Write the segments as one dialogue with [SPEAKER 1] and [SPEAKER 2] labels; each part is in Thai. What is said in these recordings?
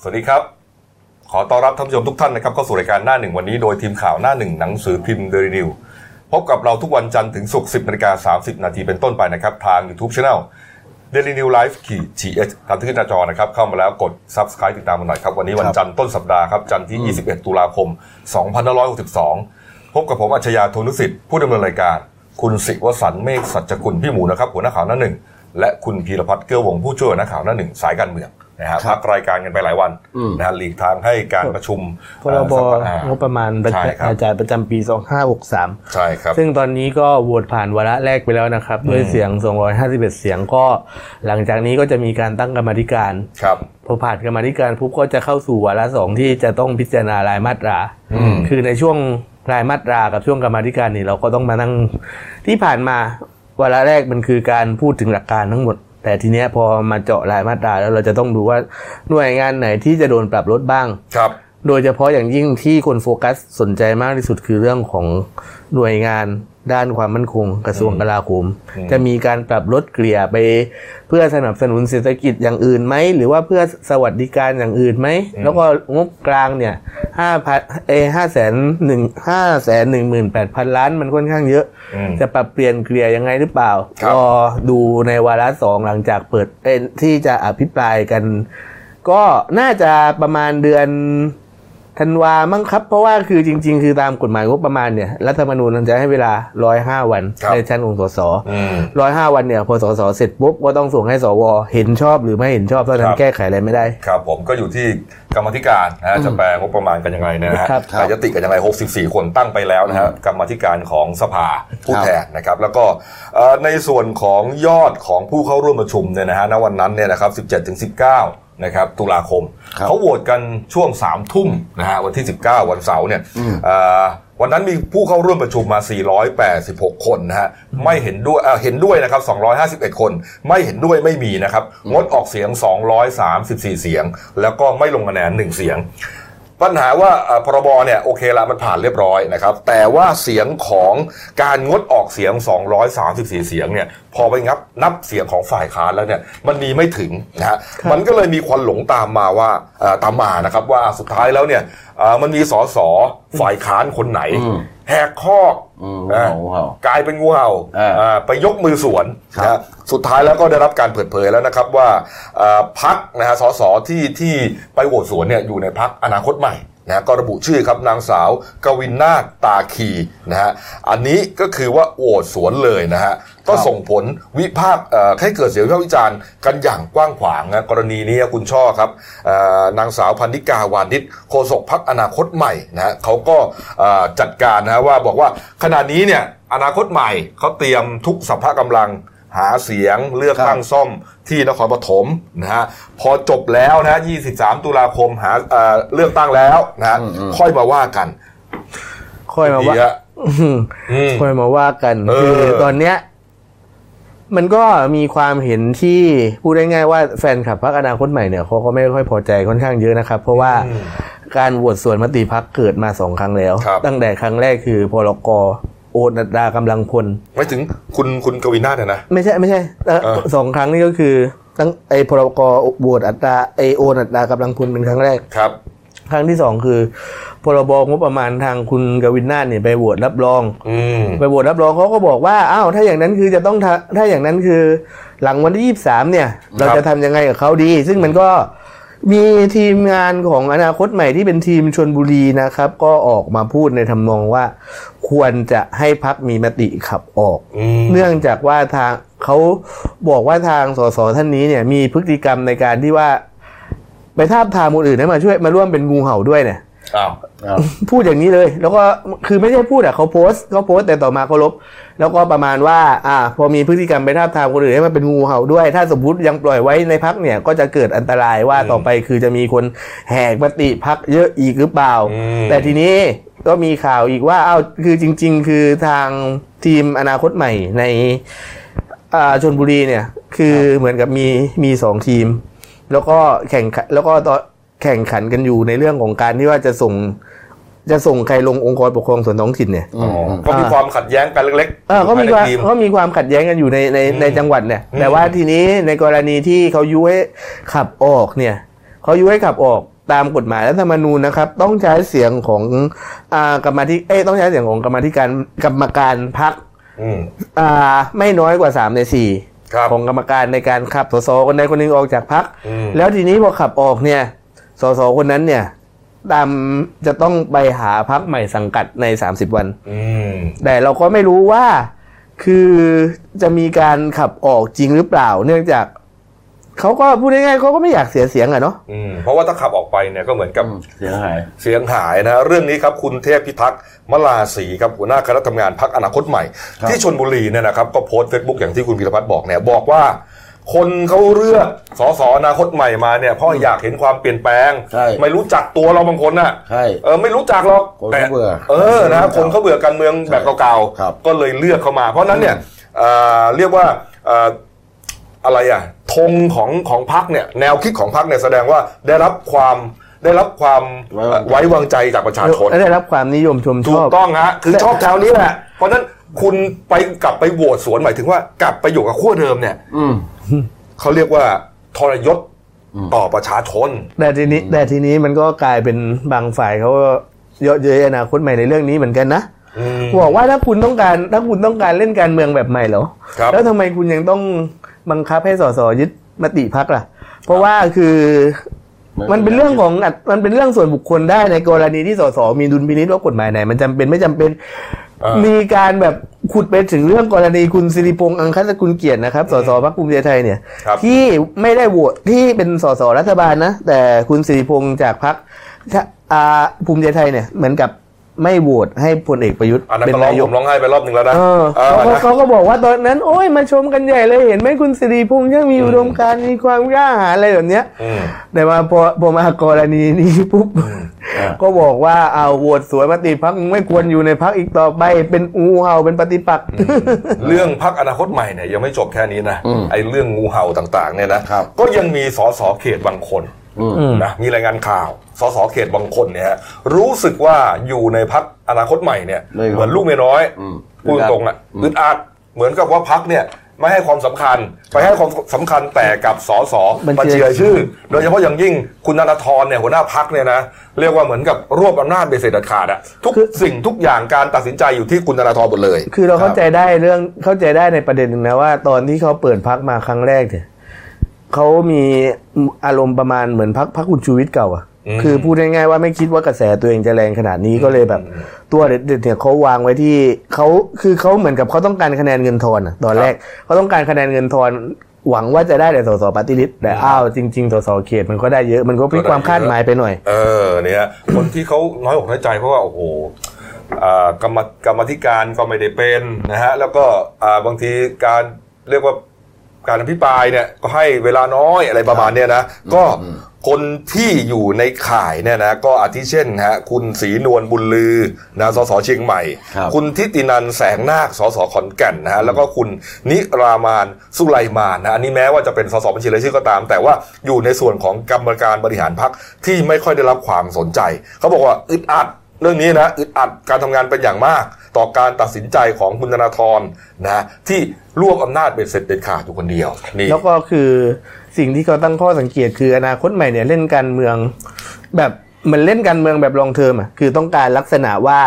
[SPEAKER 1] สวัสดีครับ ขอต้อนรับท่านผู้ชมทุกท่านนะครับเข้าสู่รายการหน้าหนึ่งวันนี้โดยทีมข่าวหน้าหนึ่งหนังสือพิมพ์เดลินิวพบกับเราทุกวันจันทร์ถึงศุกร์10นาฬิกา30 นาทีเป็นต้นไปนะครับ ทาง YouTube Channel Daily New Life ขีด GH ตามที่ขึ้นหน้าจอนะครับ เข้ามาแล้วกด Subscribe ติดตามกันหน่อยครับ วันนี้วันจันทร์ต้นสัปดาห์ครับ จันทร์ที่ 21 ตุลาคม 2562 พบกับผมอัจฉริยะโทนุสิทธิ์ผู้ดำเนินรายการ คุณศิวสันต์เมฆสัจจกุลพี่หมูนะครับหัวหน้าข่าวหน้าหนึ่งและคุณพีรพัฒน์เกื้อวงผู้ช่วยหัวหน้าข่าวหน้าหนึ่งสายการเมืองนะฮะพักรายการกันไปหลายวันนะฮะหลีกทางให้การประชุม
[SPEAKER 2] พรบ
[SPEAKER 1] เอ่อสัปดาห์
[SPEAKER 2] งบประมาณบรร
[SPEAKER 1] ใช่ครับ
[SPEAKER 2] จ่ายประจำปี 2563
[SPEAKER 1] ใช่ครับ
[SPEAKER 2] ซึ่งตอนนี้ก็โหวตผ่านวาระแรกไปแล้วนะครับ ด้วยเสียง 251 เสียงก็ หลังจากนี้ก็จะมีการตั้งกรรมาธิการ
[SPEAKER 1] ครับ
[SPEAKER 2] พอผ่านกรรมาธิการปุ๊บก็จะเข้าสู่วาระสองที่จะต้องพิจารณารายมาตรา
[SPEAKER 1] อืม
[SPEAKER 2] คือในช่วงรายมาตรากับช่วงกรรมาธิการนี่เราก็ต้องมานั่งที่ผ่านมาวาระแรกมันคือการพูดถึงหลักการทั้งหมด แต่ทีเนี้ยพอมาเจาะรายมาตราแล้วเราจะต้องดูว่าหน่วยงานไหนที่จะโดนปรับลดบ้าง
[SPEAKER 1] ครับ
[SPEAKER 2] โดยเฉพาะอย่างยิ่งที่คนโฟกัสสนใจมากที่สุดคือเรื่องของหน่วยงานด้านความมั่นคงกระทรวงกลาโหม
[SPEAKER 1] อืม
[SPEAKER 2] จะมีการปรับลดเกลี่ยไป เพื่อสนับสนุนเศรษฐกิจอย่างอื่นไหม หรือว่าเพื่อสวัสดิการอย่างอื่นไหม แล้วก็งบกลางเนี่ยห้าพันเอห้าแสนหนึ่งห้าแสนหนึ่งหมื่นแปดพันล้านมันค่อนข้างเยอะ
[SPEAKER 1] อืม
[SPEAKER 2] จะปรับเปลี่ยนเกลี่ยยังไงหรือเปล่า
[SPEAKER 1] ครับ
[SPEAKER 2] ก็ดูในวาระสองหลังจากเปิดเอ้ยที่จะอภิปรายกัน ก็น่าจะประมาณเดือนธันวามั้งครับ เพราะว่าคือจริง ๆ คือตามกฎหมายงบประมาณเนี่ยรัฐธรรมนูญมันจะให้เวลาร้อยห้าวัน
[SPEAKER 1] ครับ
[SPEAKER 2] ในชั้นองค์สส
[SPEAKER 1] อืม
[SPEAKER 2] ร้อยห้าวันเนี่ยพอสสเสร็จปุ๊บก็ต้องส่งให้สวเห็นชอบหรือไม่เห็นชอบเท่า
[SPEAKER 1] ค
[SPEAKER 2] นั้
[SPEAKER 1] น รับ
[SPEAKER 2] แก้ไขอะไรไม่ได้
[SPEAKER 1] ครับผมก็อยู่ที่กรรมาธิการนะฮะจะแปลงบประมาณกันยังไงเนยนะฮะ
[SPEAKER 2] ครับ
[SPEAKER 1] แต่ยติกันยังไง 64 คนตั้งไปแล้วนะฮะกรรมาธิการของสภาผู้แทนนะครับ แล้วก็เอ่อในส่วนของยอดของผู้เข้าร่วมประชุมเนี่ยนะฮะณวันนั้นเนี่ยนะครับ 17 ถึง 19 นะครับ ตุลาคม
[SPEAKER 3] ครับ
[SPEAKER 1] เขาโหวตกันช่วง 3 ทุ่มนะฮะวันที่ 19 วันเสาร์เนี่ยเอ่อวันนั้นมีผู้เข้าร่วมประชุมมา 486 คนนะฮะไม่เห็นด้วยเอ่อเห็นด้วยนะครับ 251 คน ไม่เห็นด้วยไม่มีนะครับ งดออกเสียง 234 เสียง แล้วก็ไม่ลงคะแนน 1 เสียง ปัญหาว่าเอ่อพรบเนี่ยโอเคละมันผ่านเรียบร้อยนะครับ แต่ว่าเสียงของการงดออกเสียง 234 เสียงเนี่ยพอไปงับนับเสียงของฝ่ายค้านแล้วเนี่ยมันมีไม่ถึงนะฮะมันก็เลยมีควันหลงตามมาว่าเอ่อตามมานะครับว่าสุดท้ายแล้วเนี่ยเอ่อมันมีสสฝ่ายค้านคนไหน
[SPEAKER 3] อืม
[SPEAKER 1] แหกคอก
[SPEAKER 3] อืม
[SPEAKER 1] นะ
[SPEAKER 3] งูเห่า
[SPEAKER 1] กลายเป็นงูเห่า
[SPEAKER 3] อ่า
[SPEAKER 1] อ่าไปยกมือสวน
[SPEAKER 3] ครับ
[SPEAKER 1] นะฮะสุดท้ายแล้วก็ได้รับการเปิดเผยแล้วนะครับว่าอ่าพักนะฮะสสที่ที่ไปโหวตสวนเนี่ยอยู่ในพักอนาคตใหม่นะฮะก็ระบุชื่อครับนางสาวกวินนาถตาคีนะฮะอันนี้ก็คือว่าโหวตสวนเลยนะฮะก็
[SPEAKER 3] ครับ
[SPEAKER 1] ส่งผลวิพากษ์เอ่อให้เกิดเสียงวิพากษ์วิจารณ์กันอย่างกว้างขวางนะกรณีนี้คุณช่อครับเอ่อนางสาวพันธิกาวานิชโฆษกพักอนาคตใหม่นะฮะเขาก็เอ่อจัดการนะฮะว่าบอกว่าขณะนี้เนี่ย อนาคตใหม่เขาเตรียมทุกสัพพะกำลังหาเสียงเลือกตั้งซ่อมที่นครปฐมนะฮะพอจบแล้วนะฮะ23 ตุลาคมหาเอ่อเลือกตั้งแล้วนะฮะค่อยมาว่ากัน
[SPEAKER 2] ค่อยมาว่า
[SPEAKER 1] ดีฮะอืม
[SPEAKER 2] ค่อยมาว่ากัน
[SPEAKER 1] เออ
[SPEAKER 2] คือตอนเนี้ยมันก็มีความเห็นที่พูดได้ง่ายว่าแฟนคลับพรรคอนาคตใหม่เนี่ยเขาก็ไม่ค่อยพอใจค่อนข้างเยอะนะครับ เพราะว่า
[SPEAKER 1] อืม
[SPEAKER 2] การโหวตส่วนมติพักเกิดมาสองครั้งแล้ว
[SPEAKER 1] ครับ
[SPEAKER 2] ตั้งแต่ครั้งแรกคือพลกโอตนัดดากำลังพล
[SPEAKER 1] ไม่ถึงคุณคุณกวินาถเนี่ยนะ
[SPEAKER 2] ไม่ใช่ไม่ใช่เอ่อ
[SPEAKER 1] เออ
[SPEAKER 2] สองครั้งนี่ก็คือตั้งไอพลกโหวตอัตราไอโอนอัตรากำลังพลเป็นครั้งแรก
[SPEAKER 1] ครับ
[SPEAKER 2] ครั้งที่สองคือพรบงบประมาณทางคุณกวินนาถเนี่ยไปโหวตรับรอง
[SPEAKER 1] อืม
[SPEAKER 2] ไปโหวตรับรองเขาก็บอกว่าอ้าวถ้าอย่างนั้นคือจะต้องทะถ้าอย่างนั้นคือ หลังวันที่ 23 เนี่ย เราจะทำยังไงกับเขาดี ซึ่งมันก็มีทีมงานของอนาคตใหม่ที่เป็นทีมชนบุรีนะครับ ก็ออกมาพูดในทำนองว่า ควรจะให้พักมีมติขับออก
[SPEAKER 1] อืม
[SPEAKER 2] เนื่องจากว่าทางเขาบอกว่าทางสสท่านนี้เนี่ยมีพฤติกรรมในการที่ว่า ไปทาบทามคนอื่นให้มาช่วยมาร่วมเป็นงูเห่าด้วยเนี่ย
[SPEAKER 1] อ้าว
[SPEAKER 3] อ้าว
[SPEAKER 2] พูดอย่างนี้เลย แล้วก็คือไม่ใช่พูดอะเขาโพสต์เขาโพสต์แต่ต่อมาเขาลบ แล้วก็ประมาณว่า อ่า พอมีพฤติกรรมไปทาบทามคนอื่นให้มันเป็นงูเห่าด้วย ถ้าสมมติยังปล่อยไว้ในพักเนี่ย ก็จะเกิดอันตรายว่า
[SPEAKER 1] อืม
[SPEAKER 2] ต่อไปคือจะมีคนแหกมติพักเยอะอีกหรือเปล่า
[SPEAKER 1] อืม
[SPEAKER 2] แต่ทีนี้ก็มีข่าวอีกว่าอ้าวคือจริง ๆ คือทางทีมอนาคตใหม่ในอ่าชนบุรีเนี่ย คือเหมือนกับมีมีสองทีม แล้วก็แข่งขันแล้วก็ตอนแข่งขันกันอยู่ในเรื่องของการที่ว่าจะส่ง จะส่งใครลงองค์กรปกครองส่วนท้องถิ่นเนี่ย
[SPEAKER 1] อ๋อก็มีความขัดแย้งกันเล็ก
[SPEAKER 2] เออก็มีควา
[SPEAKER 1] ภย
[SPEAKER 2] ม
[SPEAKER 1] ในที
[SPEAKER 2] ก็มีความขัดแย้งกันอยู่ในในในจังหวัดเนี่ย
[SPEAKER 1] อืม
[SPEAKER 2] แต่ว่าทีนี้ในกรณีที่เขายุให้ขับออกเนี่ยเขายุให้ขับออก ตามกฎหมายรัฐธรรมนูญนะครับ ต้องใช้เสียงของอากรรมาธิเอ้ยต้องใช้เสียงของกรรมาธิการกรรมการพัก
[SPEAKER 1] อืม
[SPEAKER 2] ไม่น้อยกว่าสามในสี่
[SPEAKER 1] ครับ
[SPEAKER 2] ของกรรมการในการขับสสคนใดคนหนึ่งออกจากพัก
[SPEAKER 1] อืม
[SPEAKER 2] แล้วทีนี้พอขับออกเนี่ยสสคนนั้นเนี่ยตามจะต้องไปหาพักใหม่สังกัดใน 30 วัน
[SPEAKER 1] อืม
[SPEAKER 2] แต่เราก็ไม่รู้ว่าคือจะมีการขับออกจริงหรือเปล่า เนื่องจากเขาก็พูดง่ายๆเขาก็ไม่อยากเสียเสียงอะเนาะ
[SPEAKER 1] อืม เพราะว่าถ้าขับออกไปเนี่ยก็เหมือนกับ
[SPEAKER 3] เสียหาย
[SPEAKER 1] เสียงหายนะฮะเรื่องนี้ครับคุณเทพพิทักษ์มลาศรีครับหัวหน้าคณะทำงานพักอนาคตใหม่
[SPEAKER 3] ครับ
[SPEAKER 1] ที่ชนบุรีเนี่ยนะครับก็โพสต์เฟซบุ๊กอย่างที่คุณพิรพัฒน์บอกเนี่ยบอกว่า คนเขาเลือกสอสอนาคตใหม่มาเนี่ยเพราะอยากเห็นความเปลี่ยนแปลง
[SPEAKER 3] ใช่
[SPEAKER 1] ไม่รู้จักตัวเราบางคนน่ะ
[SPEAKER 3] ใช่
[SPEAKER 1] เออไม่รู้จักหรอก
[SPEAKER 3] คน
[SPEAKER 1] แต่
[SPEAKER 3] เขาเบื่อ
[SPEAKER 1] เออนะคนเขาเบื่อการเมืองแบบเก่า
[SPEAKER 3] ครับ
[SPEAKER 1] ๆก็เลยเลือกเข้ามา เพราะฉะนั้นเนี่ยเอ่อเรียกว่าเอ่อ อะไรอ่ะธงของของพักเนี่ยแนวคิดของพักเนี่ยแสดงว่าได้รับความได้รับความ
[SPEAKER 3] ไว้วางใจ
[SPEAKER 1] เอ่อไว้วางใจจากประชาชน
[SPEAKER 2] ได้รับความนิยมชมช
[SPEAKER 1] ถู
[SPEAKER 2] อก บ
[SPEAKER 1] ต้องฮะคือชอบแถวนี้แหละเพราะฉะนั้นคุณไปกลับไปโหวตสวนหมายถึงว่ากลับไปอยู่กับขั้วเดิมเนี่ย
[SPEAKER 3] อืม
[SPEAKER 1] เขาเรียกว่าทรยศต่อประชาชน
[SPEAKER 2] แต่ทีนี้แต่ทีนี้มันก็กลายเป็นบางฝ่ายเขาก็เยอะเย้ยอนาคตใหม่ในเรื่องนี้เหมือนกันนะบอกว่าถ้าคุณต้องการถ้าคุณต้องการเล่นการเมืองแบบใหม่เหรอ
[SPEAKER 1] ครับ
[SPEAKER 2] แล้วทำไมคุณยังต้องบังคับให้สสยึดมติพักล่ะ เพราะว่าคือมันเป็นเรื่องของอัตมันเป็นเรื่องส่วนบุคคลได้ในกรณีที่สสมีดุลพินิจว่ากฎหมายไหน มันจำเป็นไม่จำเป็น
[SPEAKER 1] เออ
[SPEAKER 2] มีการแบบขุดไปถึงเรื่องกรณีคุณสิริพงษ์อังคสกุลเกียรตินะครับสสพรรคภูมิใจไทยเนี่ย
[SPEAKER 1] ครับ
[SPEAKER 2] ที่ไม่ได้โหวตที่เป็นสสรัฐบาลนะ แต่คุณสิริพงษ์จากพรรคชะอ่าภูมิใจไทยเนี่ย เหมือนกับไม่โหวตให้พลเอกประยุทธ์
[SPEAKER 1] อันนั้น
[SPEAKER 2] เป็
[SPEAKER 1] ก็
[SPEAKER 2] น
[SPEAKER 1] ร้อง
[SPEAKER 2] นาย
[SPEAKER 1] ผ
[SPEAKER 2] ก
[SPEAKER 1] มร้องไห้ไปรอบหนึ่งแล้วนะ
[SPEAKER 2] เออ
[SPEAKER 1] เออ
[SPEAKER 2] เขาก็
[SPEAKER 1] นะ
[SPEAKER 2] เขาก็บอกว่าตอนนั้น โอ้ยมาชมกันใหญ่เลยเห็นไหมคุณสิริพงษ์ยังมีอุดมการณ์มีความกล้าหาญอะไรแบบเนี้ย
[SPEAKER 1] อืม
[SPEAKER 2] แต่มาพอพอมากรณีนี้ปุ๊บ
[SPEAKER 3] อ่า
[SPEAKER 2] ก็บอกว่าเอาโหวตสวยมติพักไม่ควรอยู่ในพักอีกต่อไป เป็นอูเห่าเป็นปฏิปักษ์
[SPEAKER 1] เรื่องพักอนาคตใหม่เนี่ยยังไม่จบแค่นี้นะ
[SPEAKER 3] อืม
[SPEAKER 1] ไอ้เรื่องงูเห่าต่างๆเนี่ยนะครับ ก็ยังมีสสเขตบางคน
[SPEAKER 3] อืม
[SPEAKER 2] อืม
[SPEAKER 1] นะมีรายงานข่าว สสเขตบางคนเนี่ยฮะรู้สึกว่าอยู่ในพักอนาคตใหม่เนี่ย
[SPEAKER 3] เลยครับ
[SPEAKER 1] เหมือนลูกเมียน้อย
[SPEAKER 3] อืม
[SPEAKER 1] พูดตรงๆอ่ะอึดอัดเหมือนกับว่าพักเนี่ยไม่ให้ความสำคัญ ไปให้ความสำคัญแต่กับสส
[SPEAKER 2] บัญชี
[SPEAKER 1] บัญชีรายชื่อ โดยเฉพาะอย่างยิ่งคุณนันทธรเนี่ยหัวหน้าพักเนี่ยนะเรียกว่าเหมือนกับรวบอำนาจเบสเสร็จเด็ดขาดอะทุกสิ่งทุกอย่างการตัดสินใจอยู่ที่คุณนันทธรหมดเลย
[SPEAKER 2] คือเราเข้าใจได้เรื่องเข้าใจได้ในประเด็นหนึ่งนะว่าตอนที่เขาเปิดพักมาครั้งแรกเนี่ยเขามีอารมณ์ประมาณเหมือนพักพักคุณชูวิทย์เก่าอ่ะ
[SPEAKER 1] อืม
[SPEAKER 2] คือพูดง่ายๆว่าไม่คิดว่ากระแสตัวเองจะแรงขนาดนี้ก็เลยแบบ ตัวเด็ดๆเนี่ยเขาวางไว้ที่เขาคือเขาเหมือนกับเขาต้องการคะแนนเงินทอนอะตอนแรกเขาต้องการคะแนนเงินทอนหวังว่าจะได้แต่สสปฏิริษแต่อ้าวจริงๆสสเขตมันก็ได้เยอะมันก็พลิกความคาดหมายไปหน่อย
[SPEAKER 1] เออเนี่ยคนที่เขาน้อยอกน้อยใจเพราะว่าโอ้โหอ่ากรรมกรรมธิการก็ไม่ได้เป็นนะฮะแล้วก็อ่าบางทีการเรียกว่าการอภิปรายเนี่ยก็ให้เวลาน้อยอะไรประมาณเนี้ยนะก็คนที่อยู่ในข่ายเนี่ยนะก็อาทิเช่นฮะคุณศรีนวลบุญลือนะสสเชียงใหม่
[SPEAKER 3] ครับ
[SPEAKER 1] คุณทิตินันแสงนาคสสขอนแก่นนะฮะแล้วก็คุณนิรามานสุไลมานนะอันนี้แม้ว่าจะเป็นสสบัญชีรายชื่อก็ตาม แต่ว่าอยู่ในส่วนของกรรมการบริหารพักที่ไม่ค่อยได้รับความสนใจ เขาบอกว่าอึดอัดเรื่องนี้นะอึดอัดการทำงานเป็นอย่างมาก ต่อการตัดสินใจของคุณธนาธรนะที่รวบอำนาจเบ็ดเสร็จเด็ดขาดอยู่คนเดียวนี่
[SPEAKER 2] แล้วก็คือสิ่งที่เขาตั้งข้อสังเกตคืออนาคตใหม่เนี่ยเล่นการเมือง แบบเหมันเล่นการเมืองแบบลองเทอมอ่ะคือต้องการลักษณะว่า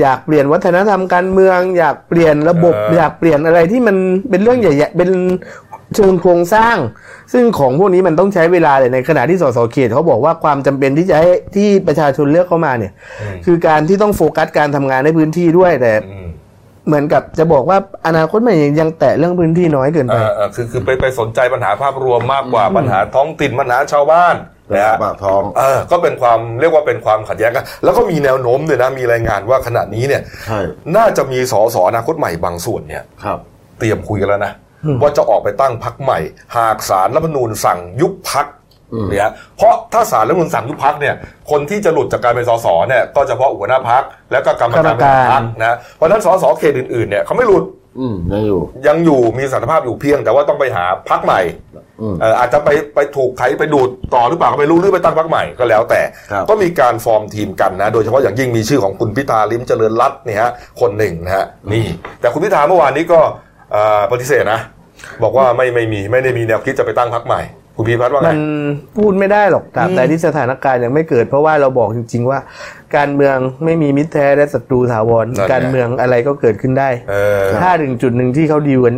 [SPEAKER 2] อยากเปลี่ยนวัฒนธรรมการเมือง อยากเปลี่ยนระบบ
[SPEAKER 1] เอออ
[SPEAKER 2] อยากเปลี่ยนอะไรที่มันเป็นเรื่องใหญ่ๆเป็นเชิงโครงสร้าง ซึ่งของพวกนี้มันต้องใช้เวลาเลยในขณะที่สสเขตเขาบอกว่าความจำเป็นที่จะให้ที่ประชาชนเลือกเข้ามาเนี่ย คือการที่ต้องโฟกัสการทำงานในพื้นที่ด้วยแต่
[SPEAKER 1] อืม
[SPEAKER 2] เหมือนกับจะบอกว่าอนาคตใหม่ยังแตะเรื่องพื้นที่น้อยเกิน
[SPEAKER 1] เอ
[SPEAKER 2] ไป
[SPEAKER 1] อเออคือคือไปไปสนใจปัญหาภาพรวมมากกว่าปัญหาท้องถิ่นปัญหาชาวบ้าน
[SPEAKER 3] นะ
[SPEAKER 1] นะ
[SPEAKER 3] ฮะ
[SPEAKER 1] ฮะ
[SPEAKER 3] ปากท้อง
[SPEAKER 1] เออก็เป็นความเรียกว่าเป็นความขัดแย้งกันแล้วก็มีแนวโน้มด้วยนะ มีรายงานว่าขณะนี้เนี่ย
[SPEAKER 3] ใช่
[SPEAKER 1] น่าจะมีสสอนาคตใหม่บางส่วนเนี่ย
[SPEAKER 3] ครับ
[SPEAKER 1] เตรียมคุยกันแล้วนะ ว่าจะออกไปตั้งพักใหม่ หากสารรัฐธรรมนูญสั่งยุบพักเนี่ยเพราะถ้าสารรัฐธรรมนูญสั่งยุบพักเนี่ย คนที่จะหลุดจากการเป็นสสเนี่ย ก็เฉพาะหัวหน้าพักและก็กรรมการบริหารพรรคนะเพราะฉะนั้นสสเขตอื่นๆเนี่ยเขาไม่หลุด
[SPEAKER 3] อืมยังอยู่
[SPEAKER 1] ยังอยู่มีสถานภาพอยู่เพียง แต่ว่าต้องไปหาพักใหม่
[SPEAKER 3] อืม
[SPEAKER 1] เอ่ออาจจะไปไปถูกใครไปดูดต่อหรือเปล่าก็ไม่รู้หรือไปตั้งพักใหม่ก็แล้วแต่
[SPEAKER 3] ครับ
[SPEAKER 1] ก็มีการฟอร์มทีมกันนะ โดยเฉพาะอย่างยิ่งมีชื่อของคุณพิธาลิมเจริญรัตน์เนี่ยฮะคนหนึ่งนะฮะนี่ แต่คุณพิธาเมื่อวานนี้ก็เอ่อปฏิเสธนะ บอกว่าไม่ไม่มีไม่ได้มีแนวคิดจะไปตั้งพักใหม่ คุณพีพัฒน์ว่าไง
[SPEAKER 2] มันพูดไม่ได้หรอกตราบใดที่สถานการณ์ยังไม่เกิด เพราะว่าเราบอกจริง ๆ ว่า การเมืองไม่มีมิตรแท้และศัตรูถาวร
[SPEAKER 1] นั่นไง
[SPEAKER 2] การเมืองอะไรก็เกิดขึ้นได้
[SPEAKER 1] เออ
[SPEAKER 2] ถ้าถึงจุดหนึ่งที่เขาดีลกัน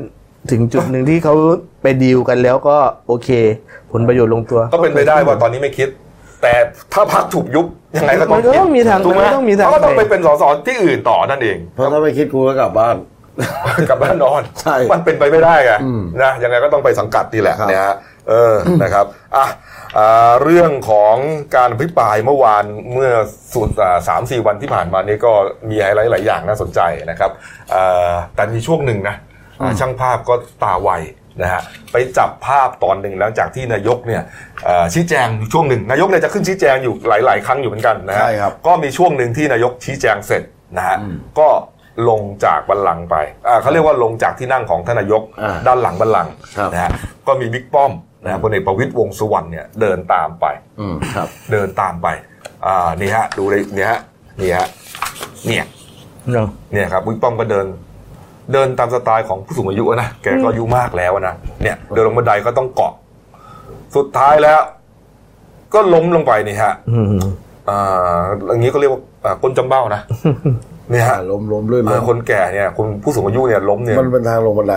[SPEAKER 2] ถึงจุดหนึ่งที่เขาไปดีลกันแล้วก็โอเค ผลประโยชน์ลงตัว
[SPEAKER 1] ก็เป็นไปได้ว่าตอนนี้ไม่คิด แต่ถ้าพักถูกยุบยังไงก็ต้อง
[SPEAKER 2] มันก็
[SPEAKER 1] คิด
[SPEAKER 2] ต้องมีทาง
[SPEAKER 1] ถูกไหม
[SPEAKER 2] มันก็ต้องมีทาง
[SPEAKER 1] เขาก็ต้อง
[SPEAKER 2] ไป
[SPEAKER 1] ไปเป็นสสที่อื่นต่อนั่นเอง
[SPEAKER 3] เพราะถ้าไม่คิดกูก็กลับบ้าน
[SPEAKER 1] กลับบ้านนอน
[SPEAKER 3] ใช่
[SPEAKER 1] มันเป็นไปไม่ได้ไง
[SPEAKER 3] อืม
[SPEAKER 1] นะยังไงก็ต้องไปสังกัดนี่แหละ
[SPEAKER 3] ครับ
[SPEAKER 1] นะฮะเออนะครับอ่ะอ่าเรื่องของการอภิปรายเมื่อวานเมื่อสุดอ่าสามสี่วันที่ผ่านมานี้ก็มีไฮไลท์หลายอย่างน่าสนใจนะครับอ่าแต่มีช่วงหนึ่งนะอ่าช่างภาพก็ตาไวนะฮะไปจับภาพตอนหนึ่งหลังจากที่นายกเนี่ยอ่าชี้แจงอยู่ช่วงหนึ่งนายกเนี่ยจะขึ้นชี้แจงอยู่หลาย ๆ ครั้งอยู่เหมือนกันนะฮะ
[SPEAKER 3] ใช่ครับ
[SPEAKER 1] ก็มีช่วงหนึ่งที่นายกชี้แจงเสร็จนะฮะก็ลงจากบัลลังก์ไปอ่าเขาเรียกว่าลงจากที่นั่งของท่านนายก
[SPEAKER 3] อ่า
[SPEAKER 1] ด้านหลังบัลลังก์
[SPEAKER 3] ครับ
[SPEAKER 1] นะฮะก็มีบิ๊กป้อมนะฮะพลเอกประวิตยวงษ์สุวรรณเนี่ยเดินตามไป
[SPEAKER 3] อืมครับ
[SPEAKER 1] เดินตามไปอ่านี่ฮะดูเลยเนี่ยฮะนี่ฮะเนี่ยเนี่ยครับบิ๊กป้อมก็เดิน เดินตามสไตล์ของผู้สูงอายุนะแกก็อายุมากแล้วนะเนี่ยเดินลงบันไดก็ต้องเกาะ สุดท้ายแล้ว ก็ล้มลงไปนี่ฮะ
[SPEAKER 2] อืม
[SPEAKER 1] อ่าอย่างนี้ก็เรียกว่าอ่าก้นจำเบ้า นะเนี่ยฮะ
[SPEAKER 3] ล้มล้มลื่น
[SPEAKER 1] อ่าคนแก่เนี่ยคนผู้สูงอายุเนี่ยล้มเนี่ย
[SPEAKER 3] มันเป็นทางลงบันได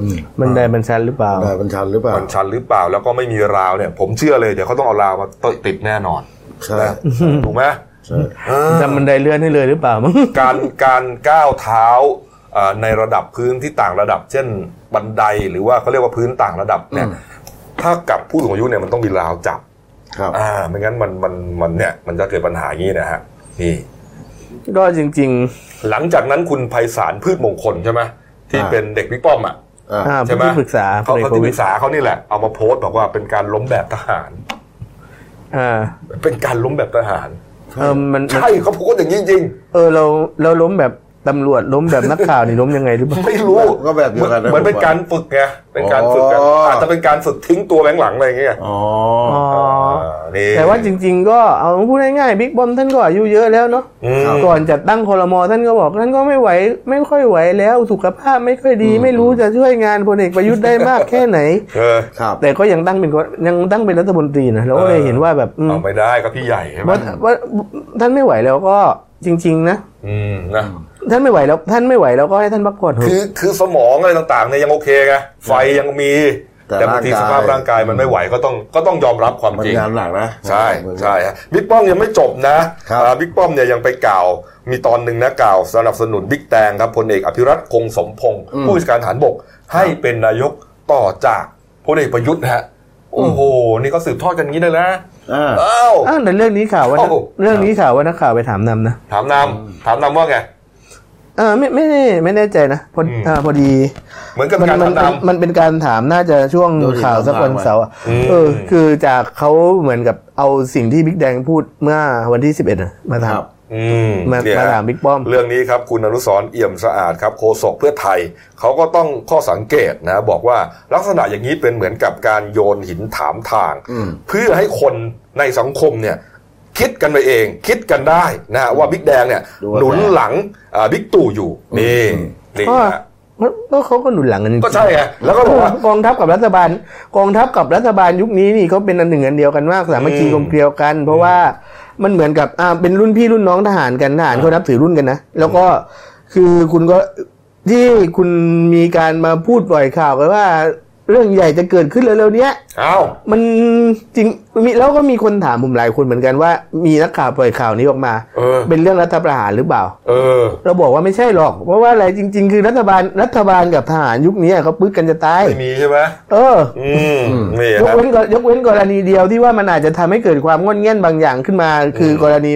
[SPEAKER 3] อืม
[SPEAKER 2] มันได้มันชันหรือเปล่า
[SPEAKER 3] บันไดมันชันหรือเปล่า
[SPEAKER 1] มันชันหรือเปล่าแล้วก็ไม่มีราวเนี่ย ผมเชื่อเลยเดี๋ยวเขาต้องเอาราวมาติดแน่นอน
[SPEAKER 3] ใช่
[SPEAKER 1] นะถูกไหม
[SPEAKER 3] ใช่
[SPEAKER 1] เออ
[SPEAKER 2] ทำบันไดเลื่อนให้เลยหรือเปล่ามั้ง
[SPEAKER 1] การการก้าวเท้าอ่าในระดับพื้นที่ต่างระดับ เช่นบันไดหรือว่าเขาเรียกว่าพื้นต่างระดับเนี่ยถ้ากับผู้สูงอายุเนี่ยมันต้องมีราวจับ
[SPEAKER 3] ครับ
[SPEAKER 1] อ่าไม่งั้นมันมันมันเนี่ยมันจะเกิดปัญหาอย่างนี้นะฮะนี่
[SPEAKER 2] ก็จริง
[SPEAKER 1] หลังจากนั้นคุณไพศาลพืชมงคลใช่ไหมที่
[SPEAKER 3] อ่า
[SPEAKER 1] เป็นเด็กบิ๊กป้อมอ่ะ
[SPEAKER 3] อ่า
[SPEAKER 2] ๆ อ่า
[SPEAKER 1] ใช่ไหม
[SPEAKER 2] ผู้ที่ปรึกษาพ
[SPEAKER 1] เขา
[SPEAKER 2] ลเอก
[SPEAKER 1] เขา
[SPEAKER 2] ประ
[SPEAKER 1] ที่ป
[SPEAKER 2] วิ
[SPEAKER 1] รึก
[SPEAKER 2] ตย
[SPEAKER 1] ษาเขานี่แหละ เอามาโพสต์บอกว่าเป็นการล้มแบบทหาร
[SPEAKER 2] อ่า
[SPEAKER 1] เป็นการล้มแบบทหาร
[SPEAKER 2] เออมันมัน
[SPEAKER 1] ใช่เขาพูดอย่างนี้จริง
[SPEAKER 2] เออเราเราล้มแบบตำรวจล้มแบบนักข่าวนี่ล้มยังไงหรือเปล่า
[SPEAKER 1] ๆ ไม่รู้
[SPEAKER 3] ก็แบบเดียวกันนะ
[SPEAKER 1] เหมือนเป็น
[SPEAKER 3] ผมว่า
[SPEAKER 1] การฝึกไงเป็นการฝึกกัน
[SPEAKER 3] อ๋ออ
[SPEAKER 1] อาจจะเป็นการฝึกทิ้งตัวแบงหลังอะไรอย่างเงี้ย
[SPEAKER 3] อ๋อ
[SPEAKER 2] อ๋อ
[SPEAKER 1] นี่
[SPEAKER 2] แต่ว่าจริง ๆ ก็เอาพูดง่ายๆบิ๊กบอมท่านก็อายุเยอะแล้วเนาะ
[SPEAKER 1] อืม
[SPEAKER 2] ก่อนจัดตั้งคอรมอท่านก็บอกท่านก็ไม่ไหว ไม่ค่อยไหวแล้วสุขภาพไม่ค่อยดี ไม่รู้จะช่วยงานพลเอกประยุทธ์ได้มากแค่ไหน
[SPEAKER 1] เออ
[SPEAKER 3] ครับ
[SPEAKER 2] แต่ก็ยังตั้งเป็นคนยังตั้งเป็นรัฐมนตรีนะเราก็เลยเห็นว่าแบบอืม
[SPEAKER 1] เอาไม่ได้ก็พี่ใหญ่ใช่ไหม
[SPEAKER 2] ว่าว่าท่านไม่ไหวแล้วก็จริง ๆ นะ
[SPEAKER 1] อืมนะ
[SPEAKER 2] ท่านไม่ไหวแล้วท่านไม่ไหวแล้วก็ให้ท่านพักผ่อนเถ
[SPEAKER 1] คือ
[SPEAKER 2] อะ
[SPEAKER 1] คือสมองอะไรต่างๆเนี่ยยังโอเคไงไฟยังมี แต่บางทีสภาพร่างกายมันไม่ไหวก็ต้องก็ต้องยอมรับความ
[SPEAKER 3] มัน
[SPEAKER 1] จริง
[SPEAKER 3] งานหนักนะ
[SPEAKER 1] ใช่ใช่ฮะบิ๊กป้อมยังไม่จบนะครับ อ่าบิ๊กป้อมเนี่ยยังไปกล่าวมีตอนหนึ่งนะกล่าวสนับสนุนบิ๊กแตงครับพลเอกอภิรัตคงสมพงศ์
[SPEAKER 3] อืม
[SPEAKER 1] ผู้จัดการฐานบก ให้เป็นนายกต่อจากพลเอกประยุทธ์นะฮะโอ้โห นี่ก็สืบทอดกันอย่างนี้เลยนะ
[SPEAKER 3] อ่า
[SPEAKER 1] อ้าว
[SPEAKER 2] อ้าวแต่เรื่องนี้ข่าวว่านัก
[SPEAKER 1] โอ้
[SPEAKER 2] เรื่องนี้ข่าวว่านักข่าวไปถามนำนะ
[SPEAKER 1] ถามนำถามนำว่าไง
[SPEAKER 2] เออไม่ไม่ไม่ไม่แน่ใจนะพอ
[SPEAKER 1] อืม
[SPEAKER 2] เอ่อพอดี
[SPEAKER 1] เหมือนกับ
[SPEAKER 2] มั
[SPEAKER 1] การ
[SPEAKER 2] มั
[SPEAKER 1] ถามนำ
[SPEAKER 2] มันมันเป็นการถามน่าจะช่วง
[SPEAKER 3] เดี๋ยวดิ
[SPEAKER 2] ข่าวสักวันเสาร์อะ
[SPEAKER 1] อืม
[SPEAKER 2] เออ คือจากเขาเหมือนกับเอาสิ่งที่บิ๊กแดงพูดเมื่อวันที่ 11นะมาถาม
[SPEAKER 3] ครับ
[SPEAKER 1] อืม
[SPEAKER 2] มา
[SPEAKER 1] เนี่ย
[SPEAKER 2] มาถามบิ๊กป้อม
[SPEAKER 1] เรื่องนี้ครับคุณอนุสรณ์เอี่ยมสะอาดครับโฆษกเพื่อไทย เขาก็ต้องข้อสังเกตนะบอกว่าลักษณะอย่างนี้เป็นเหมือนกับการโยนหินถามทาง
[SPEAKER 3] อืม
[SPEAKER 1] เพื่อให้คนในสังคมเนี่ยคิดกันไปเอง คิดกันได้นะฮะว่าบิ๊กแดงเนี่ย
[SPEAKER 3] ดูว่า
[SPEAKER 1] หนุน
[SPEAKER 3] แฟร์
[SPEAKER 1] หลังอ่าบิ๊กตู่อยู่นี่
[SPEAKER 3] อืม
[SPEAKER 1] นี่
[SPEAKER 2] ก็
[SPEAKER 1] ฮะ
[SPEAKER 2] ก็เขาก็หนุนหลังกันจริง
[SPEAKER 1] ก็ใช่ไงแล้วก็บอกว่า
[SPEAKER 2] กองทัพกับรัฐบาล กองทัพกับรัฐบาลยุคนี้นี่เขาเป็นอันหนึ่งอันเดียวกันมากสามัคคี
[SPEAKER 1] อืม
[SPEAKER 2] กลมเกลียวกัน เพราะว่ามันเหมือนกับอ่าเป็นรุ่นพี่รุ่นน้องทหารกันทหารเขานับถือรุ่นกันนะแล้วก็คือคุณก็ที่คุณมีการมาพูดปล่อยข่าวกันว่า เรื่องใหญ่จะเกิดขึ้นเร็วๆเนี้ย
[SPEAKER 1] เอ้าว
[SPEAKER 2] มันจริงมีแล้วก็มีคนถามผมหลายคนเหมือนกันว่า มีนักข่าวปล่อยข่าวนี้ออกมา
[SPEAKER 1] เออ
[SPEAKER 2] นเรื่องรัฐประหารหรือเปล่า
[SPEAKER 1] เออ
[SPEAKER 2] เราบอกว่าไม่ใช่หรอก เพราะว่าอะไรจริง ๆ คือรัฐบาลรัฐบาลกับทหารยุคนี้เขาปึกกันจะตาย
[SPEAKER 1] ไม่มีใช่ไหม
[SPEAKER 2] เออ
[SPEAKER 1] อืมนี่
[SPEAKER 2] ยก
[SPEAKER 1] ฮะ
[SPEAKER 2] เว้นกรยกเว้นกรณีเดียวที่ว่ามันอาจจะทำให้เกิดความงอนแง่นบางอย่างขึ้นมา คือกรณี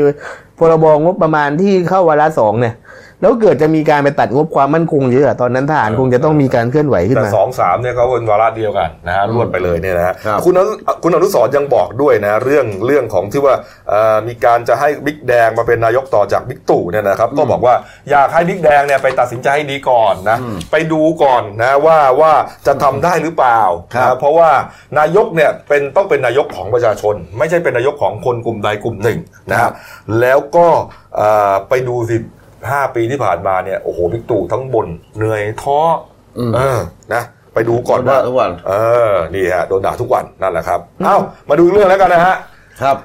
[SPEAKER 2] พรบงบประมาณที่เข้าวาระสองเนี่ย แล้วเกิดจะมีการไปตัดงบความมั่นคงเยอะอะตอนนั้นทหารคงจะต้องมีการเคลื่อนไหวขึ้น
[SPEAKER 1] แต่
[SPEAKER 2] มา
[SPEAKER 1] สองสามเนี่ยเขาเป็นวาระเดียวกันนะฮะรวดไปเลยเนี่ยนะฮะ
[SPEAKER 3] ครับ
[SPEAKER 1] คุณอนุคุณอนุสรณ์ยังบอกด้วยนะ เรื่องเรื่องของที่ว่าเอ่อมีการจะให้บิ๊กแดงมาเป็นนายกต่อจากบิ๊กตู่เนี่ยนะครับ ก็บอกว่าอยากให้บิ๊กแดงเนี่ยไปตัดสินใจให้ดีก่อนนะไปดูก่อนนะว่าว่าจะทำได้หรือเปล่า
[SPEAKER 3] ครับ
[SPEAKER 1] นะเพราะว่านายกเนี่ยเป็นต้องเป็นนายกของประชาชน ไม่ใช่เป็นนายกของคนกลุ่มใดกลุ่มหนึ่งนะฮะแล้วก็เอ่อไปดูสิห้าปีที่ผ่านมาเนี่ยโอ้โหพิกตู่ทั้งบนเหนื่อยท้ออเออนะ ไปดูก่อนว่า
[SPEAKER 3] โดนด่าทุกวัน
[SPEAKER 1] เออนี่ฮะโดนด่าทุกวันนั่นแหละครับเอ้ามาดูอีกเรื่องแล้วกันนะฮะ
[SPEAKER 3] ครับ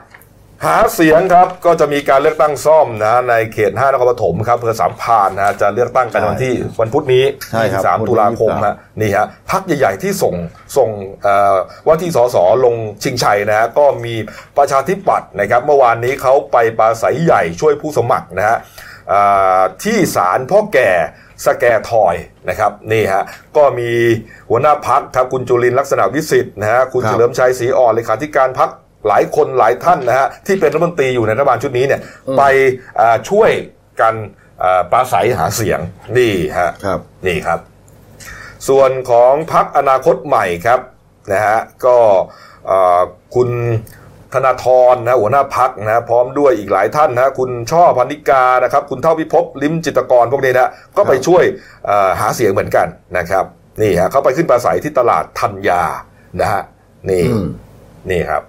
[SPEAKER 1] หาเสียงครับก็จะมีการเลือกตั้งซ่อมนะในเขต5นครปฐมครับอำเภอสามพรานนะจะเลือกตั้งกันวันที่วันพุธนี้
[SPEAKER 3] ใช่ครับ
[SPEAKER 1] 3ตุลาคม
[SPEAKER 3] วันที่
[SPEAKER 1] ฮะนี่ฮะพักใหญ่ ๆ ที่ส่งส่งเอ่อว่าที่สสลงชิงชัยนะฮะก็มีประชาธิปัตย์นะครับเมื่อวานนี้เขาไปปราศัยใหญ่ช่วยผู้สมัครนะฮะอ่าที่ศาลพ่อแก่สแกทอยนะครับนี่ฮะก็มีหัวหน้าพักครับคุณจุลินทร์ลักษณะวิสิทธิ์นะฮะคุณ
[SPEAKER 3] ครับ
[SPEAKER 1] เฉลิมชัยศรีอ่อนเลขาธิการพัก หลายคนหลายท่านนะฮะที่เป็นรัฐมนตรีอยู่ในรัฐบาลชุดนี้เนี่ยไปอ่าช่วยกันอ่าปราศัยหาเสียงนี่ฮะ
[SPEAKER 3] ครับ
[SPEAKER 1] นี่ครับ ส่วนของพักอนาคตใหม่ครับนะฮะก็อ่าคุณธนาธรนะหัวหน้าพักนะฮะพร้อมด้วยอีกหลายท่านนะฮะคุณช่อพันธิกานะครับ คุณเท่าพิภพลิมจิตรกรพวกนี้นะก็ไปช่วยอ่าหาเสียงเหมือนกันนะครับนี่ฮะเขาไปขึ้นปราศัยที่ตลาดธัญญานะฮะนี่
[SPEAKER 3] อืม
[SPEAKER 1] นี่ครับ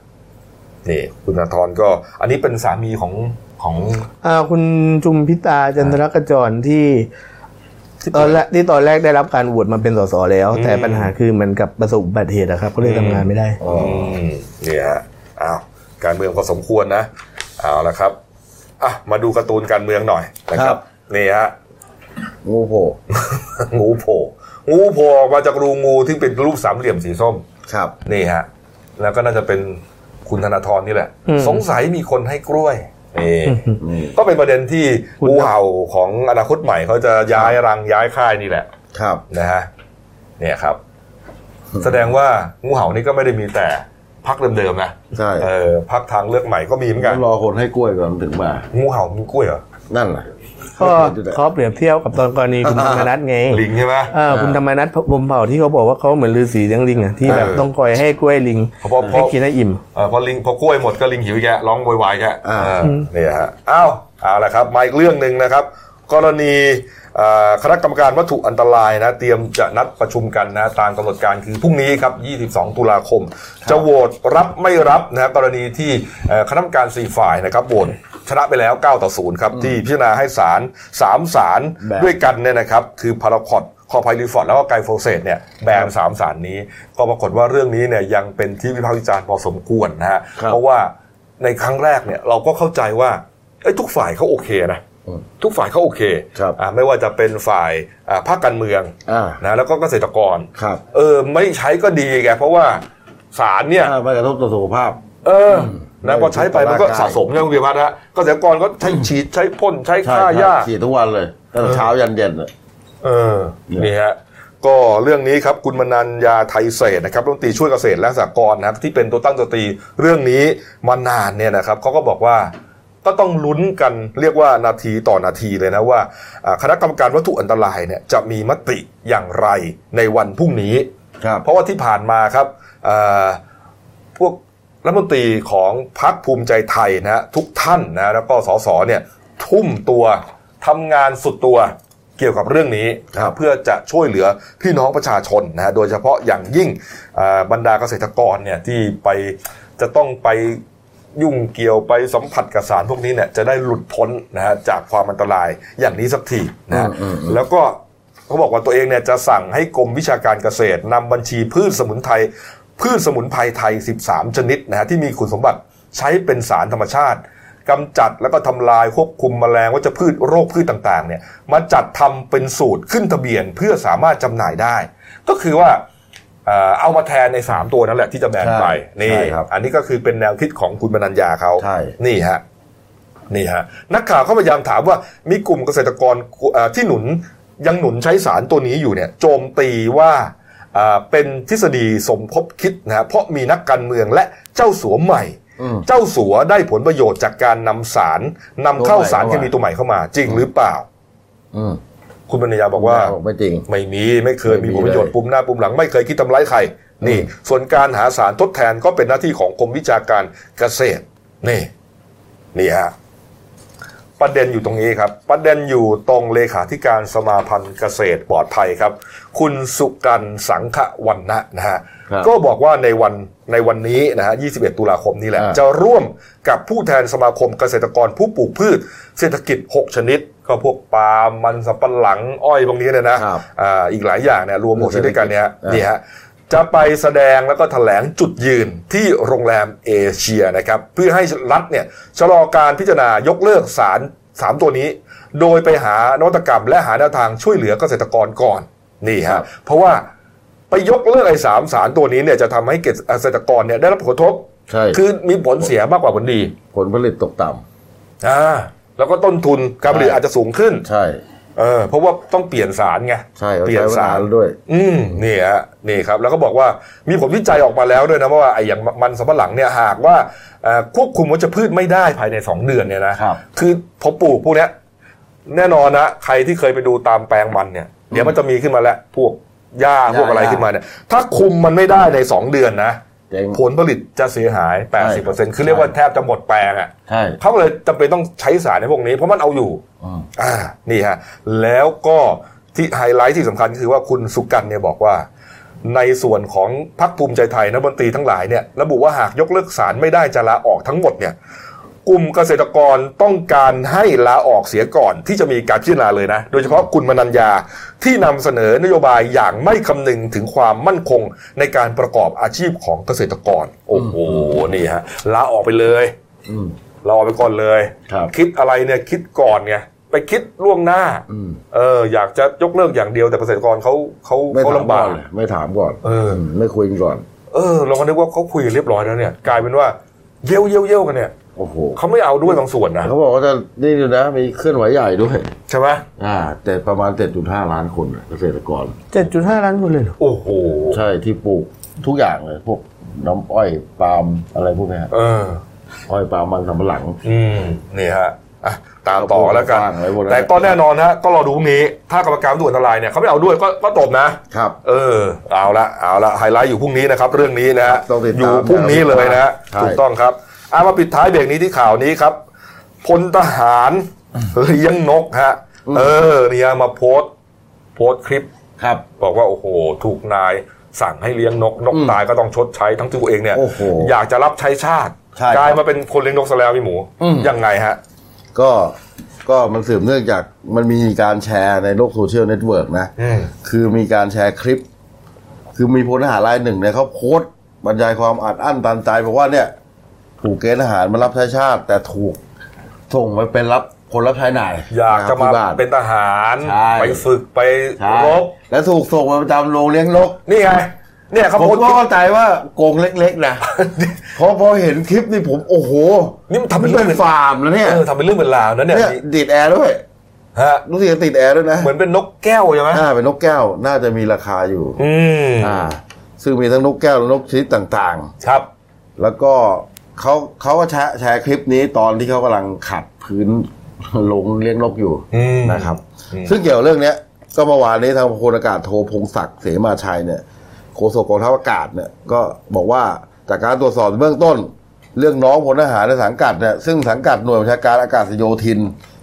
[SPEAKER 1] นี่คุณธนาธรก็ อันนี้เป็นสามีของของ
[SPEAKER 2] อ่าคุณจุมพิตาจันทรกจรที่ตอนแรกที่ตอนแรกได้รับการโหวตมาเป็นสสแล้ว
[SPEAKER 1] อืม
[SPEAKER 2] แต่ปัญหาคือเหมันกับประสบอุบัติเหตุอะครับก็เลยทำงานไม่ได้
[SPEAKER 1] อืมนี่ฮะอ้าวการเมืองพอสมควรนะเอาละครับอ่ะมาดูการ์ตูนการเมืองหน่อยนะครับ นี่ฮะ
[SPEAKER 3] งูโผล่
[SPEAKER 1] งูโผล่งูโผล่ออกมาจากรูงูที่เป็นรูปสามเหลี่ยมสีส้ม
[SPEAKER 3] ครับ
[SPEAKER 1] นี่ฮะ แล้วก็น่าจะเป็นคุณธนาธรนี่แหละ
[SPEAKER 2] อืม
[SPEAKER 1] สงสัยมีคนให้กล้วยนี่
[SPEAKER 3] นี่
[SPEAKER 1] ก็เป็นประเด็นที่งูเห่าของอนาคตใหม่เขาจะย้ายรังย้ายค่ายนี่แหละ
[SPEAKER 3] ครับ
[SPEAKER 1] นะฮะเนี่ยครับ แสดงว่างูเห่านี่ก็ไม่ได้มีแต่พักเดิมๆนะ
[SPEAKER 3] ใช่
[SPEAKER 1] เออพักทางเลือกใหม่ก็มีเหมือนกัน
[SPEAKER 3] รอคนให้กล้วยก่อนถึงมา
[SPEAKER 1] งูเห่ามีกล้วยเหรอ
[SPEAKER 3] นั่นแหละ
[SPEAKER 2] ก็
[SPEAKER 3] เห็นอยู่แหละ
[SPEAKER 2] เขาเปรียบเทียบกับตอนกรณีคุณธรรมนัทไง
[SPEAKER 1] ลิงใช่ไหม
[SPEAKER 2] อ่าคุณธรรมนัทพรหมเผ่าที่เขาบอกว่าเขาเหมือนฤาษีเลี้ยงลิงอะที่แบบ
[SPEAKER 1] เออ
[SPEAKER 2] ต้องคอยให้กล้วยลิง
[SPEAKER 1] เพราะว่า
[SPEAKER 2] ให้กินให้อิ่ม
[SPEAKER 1] เออพอลิงพอกล้วยหมดก็ลิงหิวแกร้องโวยวายแก
[SPEAKER 3] อ่า
[SPEAKER 1] เออเนี่ยฮะอ้าวเอาละครับมาอีกเรื่องหนึ่งนะครับ กรณีเอ่อคณะกรรมการวัตถุอันตรายนะ เตรียมจะนัดประชุมกันนะ ตามกำหนดการคือพรุ่งนี้ครับ 22 ตุลาคม จะโหวตรับไม่รับนะกรณีที่เอ่อคณะกรรมการสี่ฝ่ายนะครับโหวตชนะไปแล้ว 9 ต่อ 0 ครับ ที่พิจารณาให้ศาลสามศาล
[SPEAKER 3] แบน
[SPEAKER 1] ด้วยกันเนี่ยนะครับ คือพาราคอดคอไพลีฟอร์ดแล้วก็ไกลโฟเซตเนี่ยแบนสามสารนี้ ก็ปรากฏว่าเรื่องนี้เนี่ยยังเป็นที่วิพากษ์วิจารณ์พอสมควรนะฮะ
[SPEAKER 3] ครับ
[SPEAKER 1] เพราะว่าในครั้งแรกเนี่ยเราก็เข้าใจว่าเอ้ยทุกฝ่ายเขาโอเคนะ
[SPEAKER 3] อืม
[SPEAKER 1] ทุกฝ่ายเขาโอเค
[SPEAKER 3] ครับ
[SPEAKER 1] อ่าไม่ว่าจะเป็นฝ่ายอ่าภาคการเมือง
[SPEAKER 3] อ่าน
[SPEAKER 1] นะแล้วก็เกษตรกร
[SPEAKER 3] ครับ
[SPEAKER 1] เออไม่ใช้ก็ดีแกเพราะว่าสารเนี่ย
[SPEAKER 3] ถ้าไม่กระทบต่อสุขภาพ
[SPEAKER 1] เออนะ
[SPEAKER 3] ไม่
[SPEAKER 1] พอใช้ไปมันก็
[SPEAKER 3] ร่างกาย
[SPEAKER 1] สะสมเนี่ยคุณเบียพัฒน์ฮะเกษตรกรก็ใช้ฉีดใช้พ่นใช้
[SPEAKER 3] ใช่
[SPEAKER 1] ฆ่าห
[SPEAKER 3] ครั
[SPEAKER 1] ญ้า
[SPEAKER 3] บฉีดทุกวันเลยตั้งแต่เช้ายันเย็นเลย
[SPEAKER 1] เออ นี่ฮะ ก็เรื่องนี้ครับ คุณมนัญญาไทยเศรษฐ์นะครับรัฐมนตรีช่วยเกษตรและสหกรณ์นะครับที่เป็นตัวตั้งตัวตีเรื่องนี้มานานเนี่ยนะครับเขาก็บอกว่าก็ต้องลุ้นกันเรียกว่านาทีต่อนาทีเลยนะว่าอ่าคณะกรรมการวัตถุอันตรายเนี่ยจะมีมติอย่างไรในวันพรุ่งนี้
[SPEAKER 3] ครับ
[SPEAKER 1] เพราะว่าที่ผ่านมาครับเอ่อพวกรัฐมนตรีของพรรคภูมิใจไทยนะฮะทุกท่านนะแล้วก็สสเนี่ยทุ่มตัวทำงานสุดตัวเกี่ยวกับเรื่องนี้
[SPEAKER 3] ครับ
[SPEAKER 1] เพื่อจะช่วยเหลือพี่น้องประชาชนนะฮะโดยเฉพาะอย่างยิ่งเอ่อบรรดาเกษตรกรเนี่ยที่ไปจะต้องไปยุ่งเกี่ยวไปสัมผัสกับสารพวกนี้เนี่ยจะได้หลุดพ้นนะฮะจากความอันตรายอย่างนี้สักทีนะฮะแล้วก็ เขาบอกว่าตัวเองเนี่ยจะสั่งให้กรมวิชาการเกษตรนำบัญชีพืชสมุนไพรพืชสมุนไพรไทย 13 ชนิดนะฮะที่มีคุณสมบัติใช้เป็นสารธรรมชาติกำจัดแล้วก็ทำลายควบคุมแมลงวัชพืชโรคพืชต่างๆเนี่ยมาจัดทำเป็นสูตรขึ้นทะเบียนเพื่อสามารถจำหน่ายได้ ก็คือว่าเอ่อเอามาแทนใน 3 ตัวนั่นแหละที่จะแบนไป
[SPEAKER 3] ใช่
[SPEAKER 1] นี่
[SPEAKER 3] ใช่ครับ
[SPEAKER 1] อันนี้ก็คือเป็นแนวคิดของคุณบรรญญาเขา
[SPEAKER 3] ใช่
[SPEAKER 1] นี่ฮะ นี่ฮะนักข่าวเขาพยายามถามว่ามีกลุ่มเกษตรกรเอ่อที่หนุนยังหนุนใช้สารตัวนี้อยู่เนี่ยโจมตีว่าอ่าเป็นทฤษฎีสมคบคิดนะฮะเพราะมีนักการเมืองและเจ้าสัวใหม่
[SPEAKER 3] อืม
[SPEAKER 1] เจ้าสัวได้ผลประโยชน์จากการนำสารนำเข้าสารเคมีตัวใหม่เข้ามา จริงหรือเปล่า
[SPEAKER 3] อืม
[SPEAKER 1] คุณบรรยาบอกว่า
[SPEAKER 3] บอกไม่จริง
[SPEAKER 1] ไม่มีไม่เคยมี
[SPEAKER 3] ไม่มี
[SPEAKER 1] ผลประโยชน์
[SPEAKER 3] เลย
[SPEAKER 1] ปุ่มหน้าปุ่มหลังไม่เคยคิดทำร้ายใครนี่ ส่วนการหาสารทดแทนก็เป็นหน้าที่ของกรมวิชาการเกษตร นี่ นี่ฮะประเด็นอยู่ตรงนี้ครับ ประเด็นอยู่ตรงเลขาธิการสมาพันธ์เกษตรปลอดภัยครับ คุณสุกันต์สังขวันนะนะฮะ
[SPEAKER 3] ครับ
[SPEAKER 1] ก็บอกว่าในวันในวันนี้นะฮะ 21 ตุลาคมนี้แหละ
[SPEAKER 3] อ่า
[SPEAKER 1] จะร่วมกับผู้แทนสมาคมเกษตรกรผู้ปลูกพืช เศรษฐกิจ 6 ชนิด ก็พวก ปาล์มมันสับปะหลังอ้อยพวกนี้เนี่ยนะครับ อ่าอีกหลายอย่างเนี่ยรวมหมดที่ด้วยกันเนี่ย
[SPEAKER 3] อ่า
[SPEAKER 1] นี่ฮะจะไปแสดงแล้วก็แถลงจุดยืนที่โรงแรมเอเชียนะครับ เพื่อให้รัฐเนี่ยชะลอการพิจารณายกเลิกสารสามตัวนี้ โดยไปหานวัตกรรมและหาแนวทางช่วยเหลือเกษตรกรก่อนนี่ฮะเพราะว่าไปยกเลิกไอ้สามสารตัวนี้เนี่ยจะทำให้เกษตรกรเนี่ยได้รับผลกระทบ
[SPEAKER 3] ใช่
[SPEAKER 1] คือมีผลเสียมากกว่าผลดี
[SPEAKER 3] ผลผลิตตกต่
[SPEAKER 1] อ่าแล้วก็ต้นทุนการผลิต
[SPEAKER 3] ใช่
[SPEAKER 1] อาจจะสูงขึ้น
[SPEAKER 3] ำใช่
[SPEAKER 1] เออ เพราะว่าต้องเปลี่ยนสารไง
[SPEAKER 3] ใช่เขา
[SPEAKER 1] เปลี่ย
[SPEAKER 3] ใช้
[SPEAKER 1] น
[SPEAKER 3] เว
[SPEAKER 1] สา
[SPEAKER 3] ลาร ด้วย
[SPEAKER 1] อืมนี่ฮะนี่ครับ แล้วก็บอกว่ามีผลวิจัยออกมาแล้วด้วยนะว่าไอ้อย่างมันสำปะหลังเนี่ยหากว่าเอ่อควบคุมวัชพืชไม่ได้ภายใน 2 เดือนเนี่ยนะครับ คือพอปลูกพวกเนี้ยแน่นอนนะใครที่เคยไปดูตามแปลงมันเนี่ย เดี๋ยวมันจะมีขึ้นมาแล้วพวกหญ้าพวกอะไรขึ้นมาเนี่ย ถ้าคุมมันไม่ได้ใน 2 เดือนนะ
[SPEAKER 3] เจ๊ง
[SPEAKER 1] ผลผลิตจะเสียหาย 80%คือเรียกว่าแทบจะหมดแปลงอ่ะ
[SPEAKER 3] ใช่
[SPEAKER 1] เขาก็เลยจำเป็นต้องใช้สารในพวกนี้ เพราะมันเอาอยู่
[SPEAKER 3] อืม
[SPEAKER 1] อ่า นี่ฮะ แล้วก็ที่ไฮไลท์ที่สำคัญคือว่าคุณสุกันต์เนี่ยบอกว่า ในส่วนของพรรคภูมิใจไทยนักบัญตรีทั้งหลายเนี่ยระบุว่าหากยกเลิกสารไม่ได้จะลาออกทั้งหมดเนี่ยกลุ่มเกษตรกรต้องการให้ลาออกเสียก่อนที่จะมีการพิจารณาเลยนะ โดยเฉพาะคุณมนัญญาที่นำเสนอนโยบายอย่างไม่คำนึงถึงความมั่นคงในการประกอบอาชีพของเกษตรกร โอ้โหนี่ฮะลาออกไปเลย
[SPEAKER 3] อืม
[SPEAKER 1] เราเอาไปก่อนเลย
[SPEAKER 3] ครับ
[SPEAKER 1] ดอะไรเนี่ยคิดก่อนไงไปคิดล่วงหน้า
[SPEAKER 3] อืม
[SPEAKER 1] เอออยากจะยกเลิกอย่างเดียวแต่เกษตรกรเขาเขา
[SPEAKER 3] ไม่
[SPEAKER 1] เขา
[SPEAKER 3] ถาม
[SPEAKER 1] ลำ
[SPEAKER 3] ก่
[SPEAKER 1] บา
[SPEAKER 3] อก นเลยไม่ถามก่อน
[SPEAKER 1] เออ
[SPEAKER 3] มไม่คุยกันก่อน
[SPEAKER 1] เออ เราก็นึกว่าเขาคุยกันเรียบร้อยแล้วเนี่ย กลายเป็นว่าเย่ยวเย่ยวเย่ยวกันเนี่ย
[SPEAKER 3] โอ้โห
[SPEAKER 1] เขาไม่เอาด้วยบางส่วนนะ
[SPEAKER 3] เขาบอกว่าจะนี่ดูนะมีเคลื่อนไหวใหญ่ด้วย
[SPEAKER 1] ใช่ไหม
[SPEAKER 3] อ่าแต่ประมาณ 7.5 ล้านคนน่ะเกษตรกร
[SPEAKER 2] เจ็ดจุดห้าล้านคนเลยเหรอ
[SPEAKER 1] โอ้โห
[SPEAKER 3] ใช่ที่ปลูกทุกอย่างเลย พวกน้ำอ้อยปาล์มอะไรพวกเนี้ย
[SPEAKER 1] เออ
[SPEAKER 3] อ้อยปาล์มมันสำปะหลัง
[SPEAKER 1] อืมนี่ฮะอ่ะตามต่อแล้วกัน
[SPEAKER 3] เราพูดกว้างไว้หมดแล้ว
[SPEAKER 1] แต่ก็แน่นอนฮะก็รอดูพรุ่งนี้ ถ้ากรรมการด่วนอันตรายเนี่ยเขาไม่เอาด้วยก็ก็ตบนะ
[SPEAKER 3] ครับ
[SPEAKER 1] เออเอาละเอาละไฮไลท์อยู่พรุ่งนี้นะครับ เรื่องนี้นะฮะ
[SPEAKER 3] ต้องติดตาม
[SPEAKER 1] อยู่พรุ่งนี้เลยนะฮะ
[SPEAKER 3] ใช่
[SPEAKER 1] ถูกต้องครับเอามาปิดท้ายเบรกนี้ที่ข่าวนี้ครับพลทหารเลี้ยงนกฮะเออเนี่ยมาโพสต์โพสต์คลิป
[SPEAKER 3] ครับ
[SPEAKER 1] บอกว่าโอ้โห ถูกนายสั่งให้เลี้ยงนกนก
[SPEAKER 3] อืม
[SPEAKER 1] ตายก็ต้องชดใช้ทั้งที่ตัวเองเนี่ย
[SPEAKER 3] โอ้โห
[SPEAKER 1] ยากจะรับใช้ชาติ
[SPEAKER 3] ใช่ครับ
[SPEAKER 1] กลายมาเป็นคนเลี้ยงนกซะแล้วพี่หมู
[SPEAKER 3] อืม
[SPEAKER 1] ยังไงฮะ
[SPEAKER 3] ก็ก็มันสืบเนื่องจากมันมีการแชร์ในโลกโซเชียลเน็ตเวิร์กนะ
[SPEAKER 1] อืม
[SPEAKER 3] คือมีการแชร์คลิป คือมีพลทหารรายหนึ่งเนี่ยเขาโพสต์บรรยายความอัดอั้นตันใจบอกว่าเนี่ย ถูกเกณฑ์ทหารมารับใช้ชาติ แต่ถูกส่งไปเป็นรับคนรับใช้นาย
[SPEAKER 1] อยากจะมา
[SPEAKER 3] ที่บ้น
[SPEAKER 1] เป็นทหาร
[SPEAKER 3] ใช่
[SPEAKER 1] ไปฝึกไป
[SPEAKER 3] ใช่
[SPEAKER 1] รบ
[SPEAKER 3] และถูกส่งมาประจำโรงเลี้ยงนก
[SPEAKER 1] นี่ไงเนี่ยเขาโพ
[SPEAKER 3] ผม
[SPEAKER 1] สต์
[SPEAKER 3] ก็เข้าใจว่าโกงเล็กๆนะ เพราะพอเห็นคลิปนี่ผมโอ้โห
[SPEAKER 1] นี่มันทำเป็น น
[SPEAKER 3] เป็นฟาร์มแล้วเนี่ย
[SPEAKER 1] เออทำเป็นเรื่องเป็นราวนะเนี่ย
[SPEAKER 3] เนี่ยติดแอร์ด้วย
[SPEAKER 1] ฮะ
[SPEAKER 3] รู้สึกจะติดแอร์ด้วยนะ
[SPEAKER 1] เหมือนเป็นนกแก้วใช่ไหม
[SPEAKER 3] อ่าเป็นนกแก้วน่าจะมีราคาอยู่
[SPEAKER 1] อืม
[SPEAKER 3] อ่า ซึ่งมีทั้งนกแก้วและนกชนิดต่าง
[SPEAKER 1] ครับ
[SPEAKER 3] ๆ แล้วก็เขาเขาก็แชร์แชร์คลิปนี้ตอนที่เขากำลังขัดพื้น ลงเลี้ยงนกอยู่
[SPEAKER 1] อืม
[SPEAKER 3] นะครับ
[SPEAKER 1] อืม
[SPEAKER 3] ซึ่งเกี่ยวกับเรื่องเนี้ย ก็เมื่อวานนี้ทางพลอากาศโทพงศักดิ์เสมาชัยเนี่ยโฆษกกองทัพอากาศเนี่ยก็บอกว่าจากการตรวจสอบเบื้องต้น เรื่องน้องพลทหารในสังกัดเนี่ยซึ่งสังกัดหน่วยบัญชาการอากาศโยธิน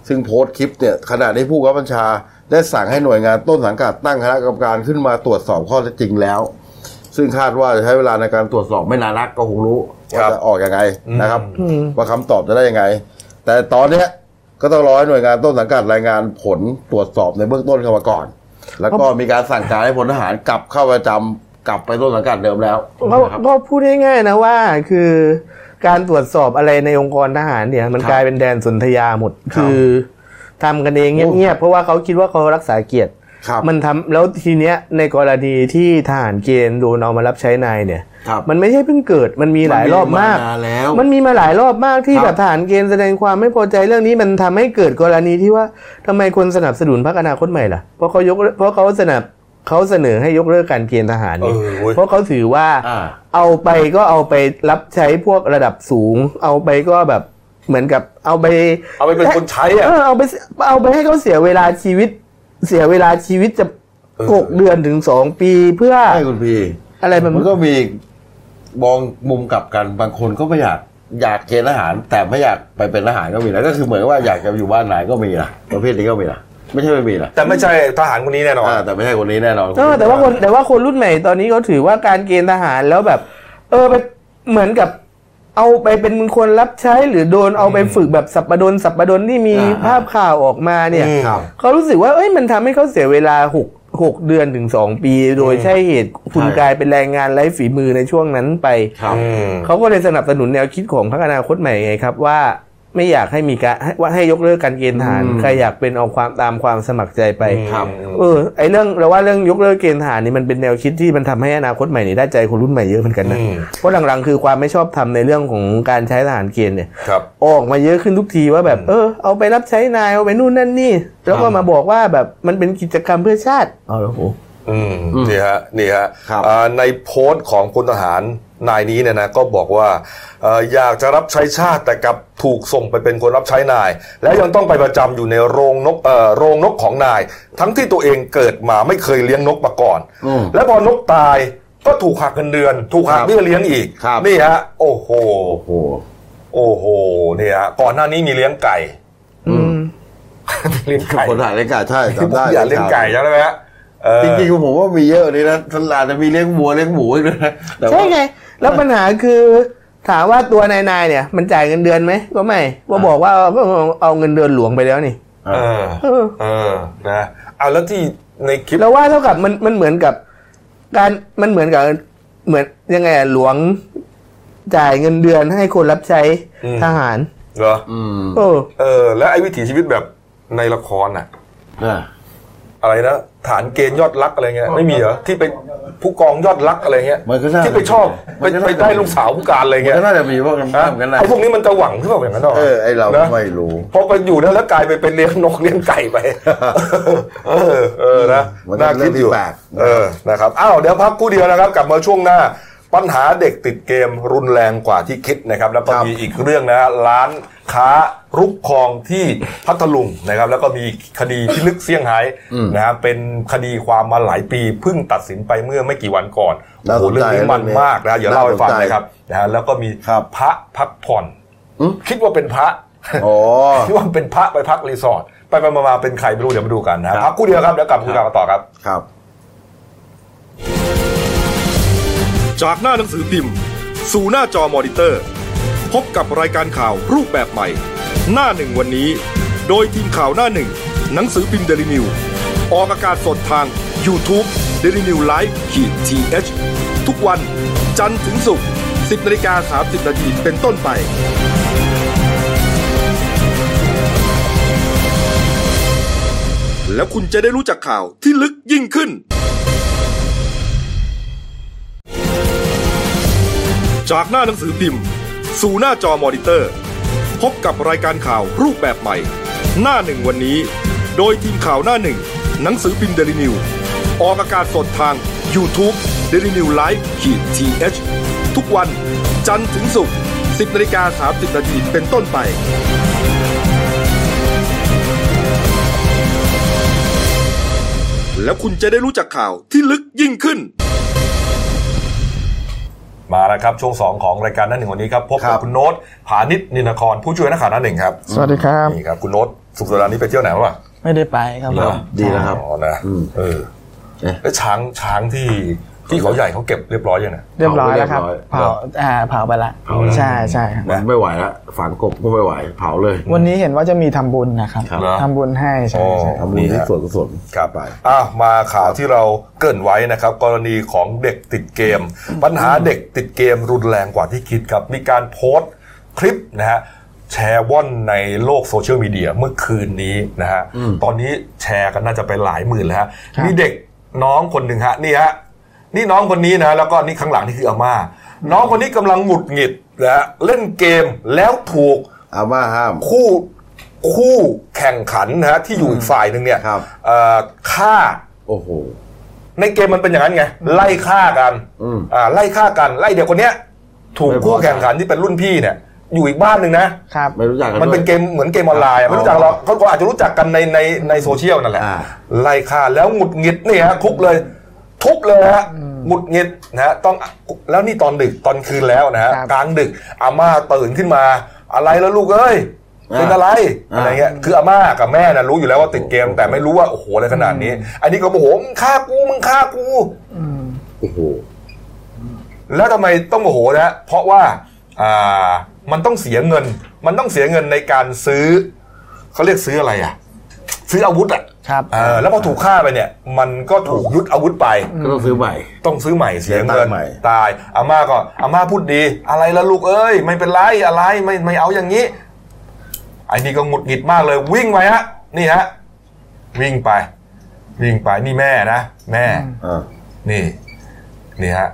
[SPEAKER 3] ซึ่งโพสต์คลิปเนี่ยขณะที่ผู้บังคับบัญชาได้สั่งให้หน่วยงานต้นสังกัดตั้งคณะกรรมการขึ้นมาตรวจสอบข้อเท็จจริงแล้ว ซึ่งคาดว่าจะใช้เวลาในการตรวจสอบไม่นานนักก็คงรู้
[SPEAKER 1] ครั
[SPEAKER 3] ว่า
[SPEAKER 1] บ
[SPEAKER 3] จะออกยังไงนะครับ
[SPEAKER 2] อืม
[SPEAKER 3] ว่าคำตอบจะได้ยังไง แต่ตอนเนี้ยก็ต้องรอให้หน่วยงานต้นสังกัดรายงานผลตรวจสอบในเบื้องต้นเข้ามาก่อน แล้วก็มีการสั่งการให้พลทหารกลับเข้าประจำกลับไปต้นสังกัดเดิมแล้ว
[SPEAKER 2] ก็
[SPEAKER 3] นะครับ
[SPEAKER 2] ก็พูดง่ายๆนะว่าคือการตรวจสอบอะไรในองค์กรทหารเนี่ย มัน
[SPEAKER 3] ครับ
[SPEAKER 2] กลายเป็นแดนสนธยาหมด
[SPEAKER 3] ครับ
[SPEAKER 2] คือทำกันเองเงียบๆเพราะว่าเขาคิดว่าเขารักษาเกียรติ
[SPEAKER 3] ครับ
[SPEAKER 2] มันทำแล้วทีเนี้ยในกรณีที่ทหารเกณฑ์โดนเอามารับใช้นายเนี่ย
[SPEAKER 3] ครับ
[SPEAKER 2] มันไม่ใช่เพิ่งเกิดมันมีหลายรอบมาก
[SPEAKER 3] มันมีมานานแล้ว
[SPEAKER 2] มันมีมาหลายรอบมากที่
[SPEAKER 3] ครับ
[SPEAKER 2] แบบทหารเกณฑ์แสดงความไม่พอใจเรื่องนี้มันทำให้เกิดกรณีที่ว่าทำไมคนสนับสนุนพรรคอนาคตใหม่ล่ะ เพราะเขายกเพราะเขาสนับเขาเสนอให้ยกเลิกการเกณฑ์ทหารนี่
[SPEAKER 1] เออเว้ย
[SPEAKER 2] เพราะเขาถือว่า
[SPEAKER 3] อ่า
[SPEAKER 2] เอาไปก็เอาไปรับใช้พวกระดับสูง เอาไปก็แบบเหมือนกับเอาไป
[SPEAKER 1] เอาไปเป็นคนใช้อ่ะ
[SPEAKER 2] เออเอาไปเอาไปให้เขาเสียเวลาชีวิต เสียเวลาชีวิตจะ
[SPEAKER 1] เออ
[SPEAKER 2] หกเดือนถึงสองปีเพื่อ
[SPEAKER 3] ใช่คุณพี่
[SPEAKER 2] อะไรแบบ
[SPEAKER 3] มันก็มีมองมุมกลับกันบางคนก็ไม่อยากอยากเกณฑ์ทหาร แต่ไม่อยากไปเป็นทหารก็มีนะก็คือเหมือนว่าอยากจะอยู่บ้านไหนก็มีนะประเภทนี้ก็มีนะไม่ใช่ไม่มีนะ
[SPEAKER 1] แต่ไม่ใช่ทหารคนนี้แน่นอน
[SPEAKER 3] อ่าแต่ไม่ใช่คนนี้แน่นอน
[SPEAKER 2] เออแต่ว่าคนแต่ว่าคนรุ่นใหม่ตอนนี้เขาถือว่าการเกณฑ์ทหารแล้วแบบ เออไปเหมือนกับ เอาไปเป็นคนรับใช้หรือโดนเอาไปฝึกแบบสับปะดนสับปะดนที่มี
[SPEAKER 4] อ่า
[SPEAKER 2] ภาพข่าวออกมาเนี่ย
[SPEAKER 1] อืม
[SPEAKER 4] ครับ
[SPEAKER 2] เขารู้สึกว่าเอ้ยมันทำให้เขาเสียเวลาหกหกเดือนถึงสองปี โดยใช่เหตุคุณ
[SPEAKER 4] ใช่
[SPEAKER 2] กลายเป็นแรงงานไร้ฝีมือในช่วงนั้นไป
[SPEAKER 4] ครับ
[SPEAKER 1] อืม
[SPEAKER 2] เขาก็เลยสนับสนุนแนวคิดของพรรคอนาคตใหม่ไงครับ ว่าไม่อยากให้มีการให้ว่าให้ยกเลิกการเกณฑ์ทหาร
[SPEAKER 4] อืม
[SPEAKER 2] ใครอยากเป็นเอาความตามความสมัครใจไป
[SPEAKER 4] ครับ
[SPEAKER 2] เออไอเรื่องเราว่าเรื่องยกเลิกเกณฑ์ทหารนี่มันเป็นแนวคิดที่มันทำให้อนาคตใหม่นี่ได้ใจคนรุ่นใหม่เยอะเหมือนกันนะ
[SPEAKER 1] อืม
[SPEAKER 2] เพราะหลังๆคือความไม่ชอบทำในเรื่องของการใช้ทหารเกณฑ์เนี่ย
[SPEAKER 1] ครับ
[SPEAKER 2] ออกมาเยอะขึ้นทุกทีว่าแบบเออเอาไปรับใช้นายเอาไปนู่นนั่นนี่ แล้วก็มาบอกว่าแบบมันเป็นกิจกรรมเพื่อชาติอ๋อโอ้โห
[SPEAKER 1] อืมนี่ฮะนี่ฮะ
[SPEAKER 3] ครับ
[SPEAKER 1] อ่าในโพสต์ของพลทหารนายนี้เนี่ยนะก็บอกว่าเอ่ออยากจะรับใช้ชาติแต่กลับถูกส่งไปเป็นคนรับใช้นาย และยังต้องไปประจำอยู่ในโรงนกเอ่อโรงนกของนาย ทั้งที่ตัวเองเกิดมาไม่เคยเลี้ยงนกมาก่อน
[SPEAKER 3] อืม
[SPEAKER 1] และพอนกตายก็ถูกหักเงินเดือน ถูกหัก
[SPEAKER 3] ครับ
[SPEAKER 1] เบี้ยเลี้ยงอีก
[SPEAKER 3] ครับ
[SPEAKER 1] นี่ฮะโอ้โห
[SPEAKER 3] โอ้โห
[SPEAKER 1] โอ้โหเนี่ยฮะก่อนหน้านี้มีเลี้ยงไก่ เลี้ยงไก่
[SPEAKER 3] คนถ่ายเลี้ยงไก่ใช่
[SPEAKER 1] ที่
[SPEAKER 3] จำ
[SPEAKER 1] ผม
[SPEAKER 3] ได้
[SPEAKER 1] อยากเลี้ยงไก่ใช่ไหมฮะเออ
[SPEAKER 3] จริงๆผมว่ามีเยอะนี่นะท่านอาจจะมีเลี้ยงวัวเลี้ยงหมูอีกด้วยนะแต่ว่า
[SPEAKER 2] ใช่ไง แล้วปัญหาคือถามว่าตัวนายนายเนี่ย มันจ่ายเงินเดือนไหมก็ไม่ว่าบอกว่าเอาเอาเงินเดือนหลวงไปแล้วนี่
[SPEAKER 1] เออ
[SPEAKER 2] เออ
[SPEAKER 1] เออ นะเอาแล้วที่ในคลิป
[SPEAKER 2] เราว่าเท่ากับมันมันเหมือนกับ การมันเหมือนกับเหมือนยังไงอะหลวงจ่ายเงินเดือนให้คนรับใช้
[SPEAKER 1] อืม
[SPEAKER 2] ทหาร
[SPEAKER 1] เหรอ
[SPEAKER 3] อืม
[SPEAKER 2] เออ
[SPEAKER 1] เออ แล้วไอ้วิถีชีวิตแบบในละครน่ะ
[SPEAKER 3] อ่ะ
[SPEAKER 1] อะไรนะ ฐานเกณฑ์ยอดรักอะไรเงี้ย ไม่มีเหรอ ที่ไปผู้กองยอดรักอะไรเงี้ย
[SPEAKER 3] มันก็น่า
[SPEAKER 1] ที่ไปชอบ ไป
[SPEAKER 3] มันก็น่า
[SPEAKER 1] ไปได้ลูกสาวผู้การอะไร
[SPEAKER 3] มั
[SPEAKER 1] เงี้ย
[SPEAKER 3] นก็น่าจะมีพวกกันบ้างเหมือนกันนะ
[SPEAKER 1] ไอ้พวกนี้มันจะหวังขึ้นมาอย่างนั้นหรอ
[SPEAKER 3] เออไอเรา
[SPEAKER 1] นะ
[SPEAKER 3] ไม่รู้
[SPEAKER 1] พอไปอยู่นั้นแล้วกลายไปเป็นเลี้ยงนกเลี้ยงไก่ ไป เออ เออ นะ
[SPEAKER 3] มันก็
[SPEAKER 1] น่าคิดอยู่
[SPEAKER 3] เรื่องที่แปลก
[SPEAKER 1] เออ นะครับ อ้าว เดี๋ยวพักครู่เดียวนะครับ กลับมาช่วงหน้า ปัญหาเด็กติดเกมรุนแรงกว่าที่คิดนะครับ แล้วก็
[SPEAKER 3] ครับ
[SPEAKER 1] มีอีกเรื่องนะฮะร้านค้ารุกคลองที่พัทลุงนะครับ แล้วก็มีคดีพิลึกเสี่ยงไฮ้นะฮะเป็นคดีความมาหลายปีเพิ่งตัดสินไปเมื่อไม่กี่วันก่อนโอ้โหเรื่องนี้มันมากนะเดี๋ยวเล่าให้ฟังนะครับนะฮะแล้วก็มี
[SPEAKER 3] ครับ
[SPEAKER 1] พระพักผ่อน
[SPEAKER 3] อืม
[SPEAKER 1] คิดว่าเป็นพระ
[SPEAKER 3] อ๋อ
[SPEAKER 1] คิดว่าเป็นพระไปพักรีสอร์ทไปไปมาๆเป็นใครไม่รู้เดี๋ยวมาดูกันนะฮะพักครู่เดียวครับเดี๋ยวกลับมาคุยกันต่อครับ
[SPEAKER 3] ครับ
[SPEAKER 5] จากหน้าหนังสือพิมพ์ สู่หน้าจอมอนิเตอร์ พบกับรายการข่าวรูปแบบใหม่ หน้าหนึ่งวันนี้ โดยทีมข่าวหน้าหนึ่ง หนังสือพิมพ์เดลิวิวออกอากาศสดทาง y o u t u เด d ิวิวไลฟ์ขีดทีเทุกวันจันทร์ถึงศุกร์10นาฬิกา30นาทีเป็นต้นไป แล้วคุณจะได้รู้จักข่าวที่ลึกยิ่งขึ้น จากหน้าหนังสือพิมพ์ สู่หน้าจอมอนิเตอร์ พบกับรายการข่าวรูปแบบใหม่ หน้าหนึ่งวันนี้ โดยทีมข่าวหน้าหนึ่ง หนังสือพิมพ์เดลิวิวออกอากาศสดทาง y o u t u เด d ิวิวไลฟ์ขีดทีเทุกวันจันทร์ถึงศุกร์10นาฬิกา30นาทีเป็นต้นไป แล้วคุณจะได้รู้จักข่าวที่ลึกยิ่งขึ้น
[SPEAKER 1] มาแล้วครับ ช่วง 2 ของรายการหนั่นหนึ่งวันนี้ครับ พบ
[SPEAKER 3] ค
[SPEAKER 1] กั
[SPEAKER 3] รั
[SPEAKER 1] บบ คุณโน้ตผานิชนินครผู้ช่วยนักข่าวหนั่นหนึ่งครับ
[SPEAKER 6] สวัสดีครับ
[SPEAKER 1] นี่ครับ คุณโน้ตสุขสัปดาห์นี้ไปเที่ยวไหนมาบ้าง
[SPEAKER 6] ไม่ได้ไปครับผม
[SPEAKER 3] ดีแล้วครับ
[SPEAKER 1] อ๋อนะ
[SPEAKER 3] อืม
[SPEAKER 1] เออ
[SPEAKER 3] เอ๊ะ
[SPEAKER 1] แล้วช้างช้างที่ที่เขาใหญ่เขาเก็บเรียบร้อยยังไง
[SPEAKER 6] เรียบร้อยแล้วครับ
[SPEAKER 3] เผา
[SPEAKER 6] เผาอ่าเผาไปละใช่ใช่ครับ
[SPEAKER 3] มันไม่ไหวละฝังกบก็ไม่ไหว เผาเลย
[SPEAKER 6] วันนี้เห็นว่าจะมีทำบุญนะครับ
[SPEAKER 1] ครับเหรอ
[SPEAKER 6] ทำบุญให้ใช่ใช่
[SPEAKER 3] ทำบุญที่สวนกุศล
[SPEAKER 1] ครับ
[SPEAKER 3] ไป
[SPEAKER 1] อ้าวมาข่าวที่เราเกรินไว้นะครับ กรณีของเด็กติดเกม ปัญหาเด็กติดเกมรุนแรงกว่าที่คิดครับ มีการโพสต์คลิปนะฮะแชร์ว่อนในโลกโซเชียลมีเดียเมื่อคืนนี้นะฮะตอนนี้แชร์กันน่าจะไปหลายหมื่นแล้วฮะ
[SPEAKER 6] ครับ
[SPEAKER 1] มีเด็กน้องคนหนึ่งฮะนี่ฮะนี่น้องคนนี้นะแล้วก็นี่ข้างหลังนี่คืออาม่าน้องคนนี้กำลังหงุดหงิดนะฮะเล่นเกมแล้วถูก
[SPEAKER 3] อาม่าห้าม
[SPEAKER 1] คู่คู่แข่งขันนะฮะที่อยู่อีกฝ่ายหนึ่งเนี่ย
[SPEAKER 3] ครับ
[SPEAKER 1] เอ่อฆ่า
[SPEAKER 3] โอ้โห
[SPEAKER 1] ในเกมมันเป็นอย่างนั้นไงไล่ฆ่ากัน
[SPEAKER 3] อืม
[SPEAKER 1] อ่าไล่ฆ่ากันไล่เด็กคนเนี้ย ถูก
[SPEAKER 3] ไม่พอ
[SPEAKER 1] คู่แข่งขันที่เป็นรุ่นพี่เนี่ย อยู่อีกบ้านหนึ่งนะครับ
[SPEAKER 3] ไม่รู้จักกัน
[SPEAKER 1] มันเป็น
[SPEAKER 3] ด้วย
[SPEAKER 1] เกมเหมือนเกมออนไลน์อะไม่รู้จักหรอกเขาก็อาจจะรู้จักกันในในในโซเชียลนั่นแหละ
[SPEAKER 3] อ่า
[SPEAKER 1] ไล่ฆ่าแล้วหงุดหงิดนี่ฮะคุกเลยทุบเลยฮะหงุดหงิดนะฮะต้องแล้วนี่ตอนดึกตอนคืนแล้วนะฮะ
[SPEAKER 6] ครับ
[SPEAKER 1] กลางดึกอาม่าตื่นขึ้นมา อะไรแล้วลูกเอ้ย เป็นอะไร
[SPEAKER 3] อ่า
[SPEAKER 1] อะไรเงี้ย คืออาม่ากับแม่นะรู้อยู่แล้วว่าติดเกม แต่ไม่รู้ว่าโอ้โหอะไรขนาดนี้ อันนี้ก็โมโหมึงฆ่ากูมึงฆ่ากู
[SPEAKER 3] โอ้โห
[SPEAKER 1] แล้วทำไมต้องโมโหนะ เพราะว่า
[SPEAKER 7] อ่ามันต้องเสียเงิน มันต้องเสียเงินในการซื้อเขาเรียกซื้ออะไรอ่ะ ซื้ออาวุธอ่ะ
[SPEAKER 2] ครับ
[SPEAKER 7] เออแล้วพอถูกฆ่าไปเนี่ย มันก็ถูกยึดอาวุธไป
[SPEAKER 3] ก็ต้องซื้อใหม่
[SPEAKER 7] ต้องซื้อใหม่เสียเงิ
[SPEAKER 3] เสียตัง
[SPEAKER 7] น
[SPEAKER 3] ค์ใหม่
[SPEAKER 7] ตายอาม่าก็อาม่าพูดดี อะไรละลูกเอ้ย ไม่เป็นไรอะไรไม่ไม่เอาอย่างนี้ไอ้นี่ก็หงุดหงิดมากเลย วิ่งไปฮะนี่ฮะวิ่งไป วิ่งไปนี่แม่นะแม่
[SPEAKER 3] อ่า
[SPEAKER 7] นี่ นี่ฮะ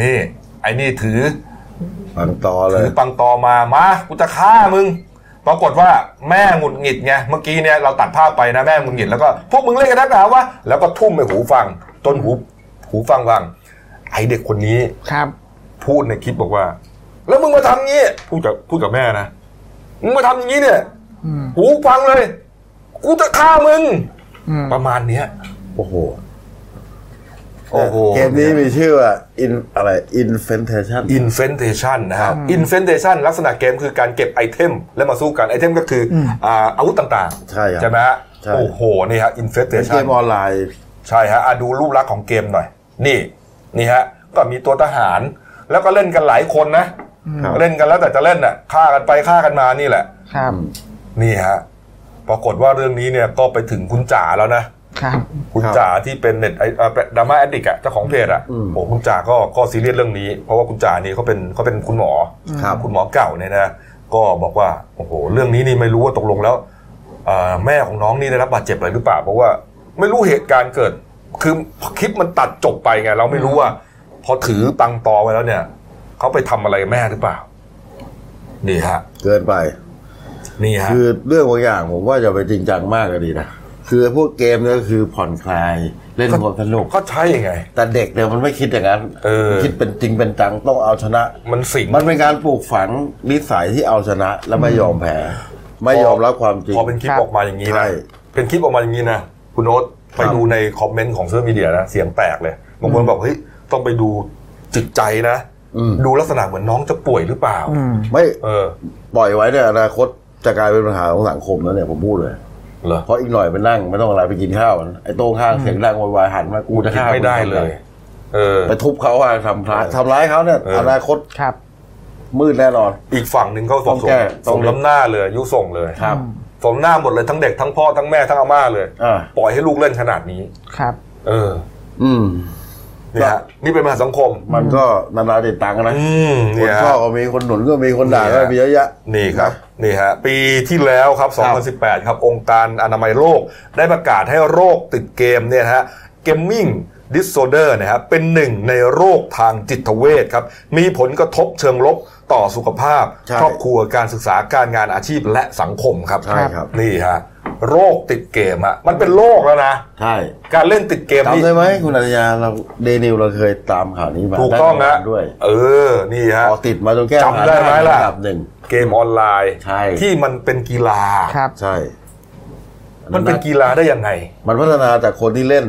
[SPEAKER 7] นี่ ไอ้นี่ถือ
[SPEAKER 3] ฟังต่อเล
[SPEAKER 7] ถื
[SPEAKER 3] ย
[SPEAKER 7] อปังตอมา มา กูจะฆ่ามึง ปรากฏว่าแม่หงุดหงิดไง เมื่อกี้เนี่ยเราตัดภาพไปนะแม่หงุดหงิดแล้วก็พวกมึงเล่นกันนักหนาวะ แล้วก็ทุ่มไปหูฟัง จนหูหูฟังฟัง ไอเด็กคนนี้
[SPEAKER 2] ครับ
[SPEAKER 7] พูดในคลิปบอกว่า แล้วมึงมาทำงี้พูดกับพูดกับแม่นะ มึงมาทำอย่างนี้เนี่ย
[SPEAKER 2] อืม
[SPEAKER 7] หูฟังเลย กูจะฆ่ามึง
[SPEAKER 2] อืม
[SPEAKER 7] ประมาณเนี้ย
[SPEAKER 3] โอ้โห
[SPEAKER 7] โอ้โห
[SPEAKER 3] เกมนี้มีชื่อว่า in อะไร infestation
[SPEAKER 7] Inventation นะฮะ Inventation ลักษณะเกมคือการเก็บไอเทม แล้วมาสู้กันไอเทมก็คือออ่าอาวุธต่างๆ
[SPEAKER 3] ใช่ครับ
[SPEAKER 7] ใช่ไหมฮะ
[SPEAKER 3] ใช่
[SPEAKER 7] โอ้โห นี่ฮะ
[SPEAKER 3] เป็นเก
[SPEAKER 7] Inventation
[SPEAKER 3] มออนไลน์
[SPEAKER 7] ใช่ฮะอ่ะดูรูปลักษณ์ของเกมหน่อย นี่ นี่ฮะ ก็มีตัวทหาร แล้วก็เล่นกันหลายคนนะ
[SPEAKER 3] ครับ
[SPEAKER 7] เล่นกันแล้วแต่จะเล่นน่ะฆ่ากันไปฆ่ากันมานี่แหละ
[SPEAKER 2] ครับ
[SPEAKER 7] นี่ฮะ ปรากฏว่าเรื่องนี้เนี่ยก็ไปถึงคุณจ๋าแล้วนะ
[SPEAKER 2] ครับ
[SPEAKER 7] คุณ
[SPEAKER 3] ครับ
[SPEAKER 7] จ๋าที่เป็นเน็ตไอเอ่อดราม่าแอดดิกอะเจ้าของเพจอะ
[SPEAKER 3] อืม
[SPEAKER 7] โอ้คุณจ๋าก็ก็ซีเรียสเรื่องนี้ เพราะว่าคุณจ๋านี่เขาเป็นเขาเป็นคุณหมอ
[SPEAKER 3] ครับ
[SPEAKER 7] คุณหมอเก่าเนี่ยนะก็บอกว่าโอ้โหเรื่องนี้นี่ไม่รู้ว่าตกลงแล้วเอ่อแม่ของน้องนี่ได้รับบาดเจ็บอะไรหรือเปล่าเพราะว่าไม่รู้เหตุการณ์เกิด คือคลิปมันตัดจบไปไงเราไม่รู้ว่า พอถือตังตอไว้แล้วเนี่ยเขาไปทำอะไรแม่หรือเปล่า นี่ฮะ
[SPEAKER 3] เกินไป
[SPEAKER 7] นี่ฮะ
[SPEAKER 3] คือเรื่องบางอย่างผมว่าจะไปจริงจังมากก็ดีนะ คือพวกเกมเนี่ยก็คือผ่อนคลาย เล่นความสนุก
[SPEAKER 7] ก็ใช่ไง
[SPEAKER 3] แต่เด็กเนี่ยมันไม่คิดอย่างนั้น
[SPEAKER 7] เออ
[SPEAKER 3] คิดเป็นจริงเป็นจังต้องเอาชนะ
[SPEAKER 7] มันสิง
[SPEAKER 3] มันเป็นการปลูกฝังนิสัยที่เอาชนะและไม่ยอมแพ้ ไม่ยอมรับความจริง
[SPEAKER 7] พอเป็นคลิป
[SPEAKER 2] ครับ
[SPEAKER 7] ออกมาอย่างนี้
[SPEAKER 3] ใช่
[SPEAKER 7] นะ เป็นคลิปออกมาอย่างนี้นะ คุณโน้ตไป
[SPEAKER 3] ครับ
[SPEAKER 7] ดูในคอมเมนต์ของโซเชียลมีเดียนะ เสียงแตกเลย บางคนบอกเฮ้ย ต้องไปดูจิตใจนะ ดูลักษณะเหมือนน้องจะป่วยหรือเปล่า
[SPEAKER 2] อืม
[SPEAKER 3] ไม่
[SPEAKER 7] เออ
[SPEAKER 3] ปล่อยไว้เนี่ยอนาคตจะกลายเป็นปัญหาของสังคมแล้วเนี่ยผมพูดเลย
[SPEAKER 7] เหรอ
[SPEAKER 3] เพราะอีกหน่อยไปนั่งไม่ต้องอะไรไปกินข้าวกันไอ้โต้งข้างเสียงดังโวยวายหันมากูจะฆ่า
[SPEAKER 7] ไม่ได้เลย เออ
[SPEAKER 3] ไปทุบเขาอะทำร้ายทำร้ายเขาเนี่ย
[SPEAKER 7] เอออ
[SPEAKER 3] อนาคต
[SPEAKER 2] ครับ
[SPEAKER 3] มืดแน่นอน
[SPEAKER 7] อีกฝั่งหนึ่งเขาส
[SPEAKER 3] ต้อ
[SPEAKER 7] ม
[SPEAKER 3] ง
[SPEAKER 7] ส
[SPEAKER 3] แก้ต
[SPEAKER 7] ม
[SPEAKER 3] ้
[SPEAKER 7] ส
[SPEAKER 3] อง
[SPEAKER 7] มล้ำหน้าเลยยุส่งเลย
[SPEAKER 3] ครับ
[SPEAKER 7] สมหน้าหมดเลยทั้งเด็กทั้งพ่อทั้งแม่ทั้งอาม่าเลย
[SPEAKER 3] อ่า
[SPEAKER 7] ปล่อยให้ลูกเล่นขนาดนี้
[SPEAKER 2] ครับ
[SPEAKER 7] เออ
[SPEAKER 3] อืม
[SPEAKER 7] เนี่ยฮะนี่เป็นปัญหาสังคม
[SPEAKER 3] มันก็นานาติดตังกันนะ
[SPEAKER 7] อืม
[SPEAKER 3] ค
[SPEAKER 7] เนี่
[SPEAKER 3] น
[SPEAKER 7] ย
[SPEAKER 3] ชอ
[SPEAKER 7] ฮะ
[SPEAKER 3] บก็มีคนหนุนก็มีคนด่าก็มีเยอะแยะ
[SPEAKER 7] นี่ครับนี่ฮะปีที่แล้วครับ 2018 ครับ องค์การอนามัยโลก ได้ประกาศให้โรคติดเกมเนี่ยนะฮะเกมมิ่งดิสโซเดอร์นะครับเป็นหนึ่งในโรคทางจิตเวชครับ มีผลกระทบเชิงลบต่อสุขภาพ
[SPEAKER 3] ใช่
[SPEAKER 7] ครอบครัวการศึกษาการงานอาชีพและสังคมครับ
[SPEAKER 3] ใช่ครับ
[SPEAKER 7] นี่ฮะโรคติดเกมฮะมันเป็นโรคแล้วนะ
[SPEAKER 3] ใช่
[SPEAKER 7] การเล่นติดเกมนี่
[SPEAKER 3] จำได้ไหมคุณอัจยาเราเดนิวเราเคยตามข่าวนี้มา
[SPEAKER 7] ถูกต้อง
[SPEAKER 3] ได้รา
[SPEAKER 7] นะ
[SPEAKER 3] งวัลด้วย
[SPEAKER 7] เออนี่ฮะ
[SPEAKER 3] พอติดมาจนแก้ปัญา
[SPEAKER 7] จำได้ไหมล่ะ
[SPEAKER 3] ระดับหนึ่ง
[SPEAKER 7] เกมออนไลน์
[SPEAKER 3] ใช่
[SPEAKER 7] ที่มันเป็นกีฬา
[SPEAKER 2] ครับ
[SPEAKER 3] ใช่
[SPEAKER 7] มันเป็นกีฬาได้ยังไง
[SPEAKER 3] มันพัฒนาจากคนที่เล่น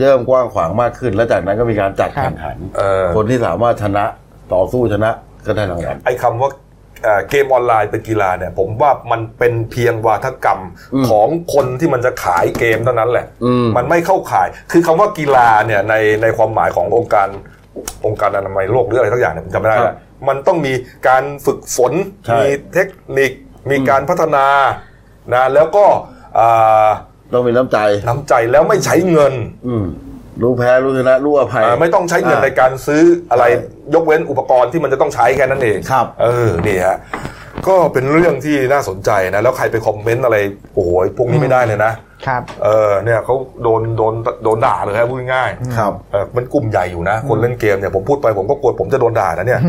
[SPEAKER 3] เริ่มกว้างขวางมากขึ้น แล้วจากนั้นก็มีการจัดแข่งขัน
[SPEAKER 7] เออ
[SPEAKER 3] คนที่สามารถชนะต่อสู้ชนะก็ได้รางวัล
[SPEAKER 7] ไอ้คำว่าเอ่อเกมออนไลน์เป็นกีฬาเนี่ย ผมว่ามันเป็นเพียงวาทกรรม
[SPEAKER 3] อืม
[SPEAKER 7] ของคนที่มันจะขายเกมเท่านั้นแหละ
[SPEAKER 3] อืม
[SPEAKER 7] นไม่เข้าข่าย คือคำว่ากีฬาเนี่ยในในความหมายขององค์การองค์การอนามัยโลกหรืออะไรสักอย่างเนี่ยผมจำไม่ได้
[SPEAKER 3] ครั
[SPEAKER 7] ละ
[SPEAKER 3] บ
[SPEAKER 7] มันต้องมีการฝึกฝน
[SPEAKER 3] ใช่
[SPEAKER 7] มีเทคนิค มีการพัฒนานะแล้วก็อ่า
[SPEAKER 3] ต้องมีน้ำใจ
[SPEAKER 7] น้ำใจแล้วไม่ใช้เงิน
[SPEAKER 3] อืมรู้แพ้รู้ชนะรู้อภัย
[SPEAKER 7] อ่าไม่ต้องใช้เงินในการซื้ออะไร ยกเว้นอุปกรณ์ที่มันจะต้องใช้แค่นั้นเอง
[SPEAKER 3] ครับ
[SPEAKER 7] เออ นี่ฮะ ก็เป็นเรื่องที่น่าสนใจนะ แล้วใครไปคอมเมนต์อะไร โอ้โห พวกนี้ไม่ได้เลยนะ
[SPEAKER 2] ครับ
[SPEAKER 7] เออ เนี่ยเขาโดน โดน โดนด่าเลยฮะพูดง่าย
[SPEAKER 3] ครับ
[SPEAKER 7] ๆเออมันกลุ่มใหญ่อยู่นะ คนเล่นเกมเนี่ย ผมพูดไปผมก็กลัวผมจะโดนด่านะเนี่ย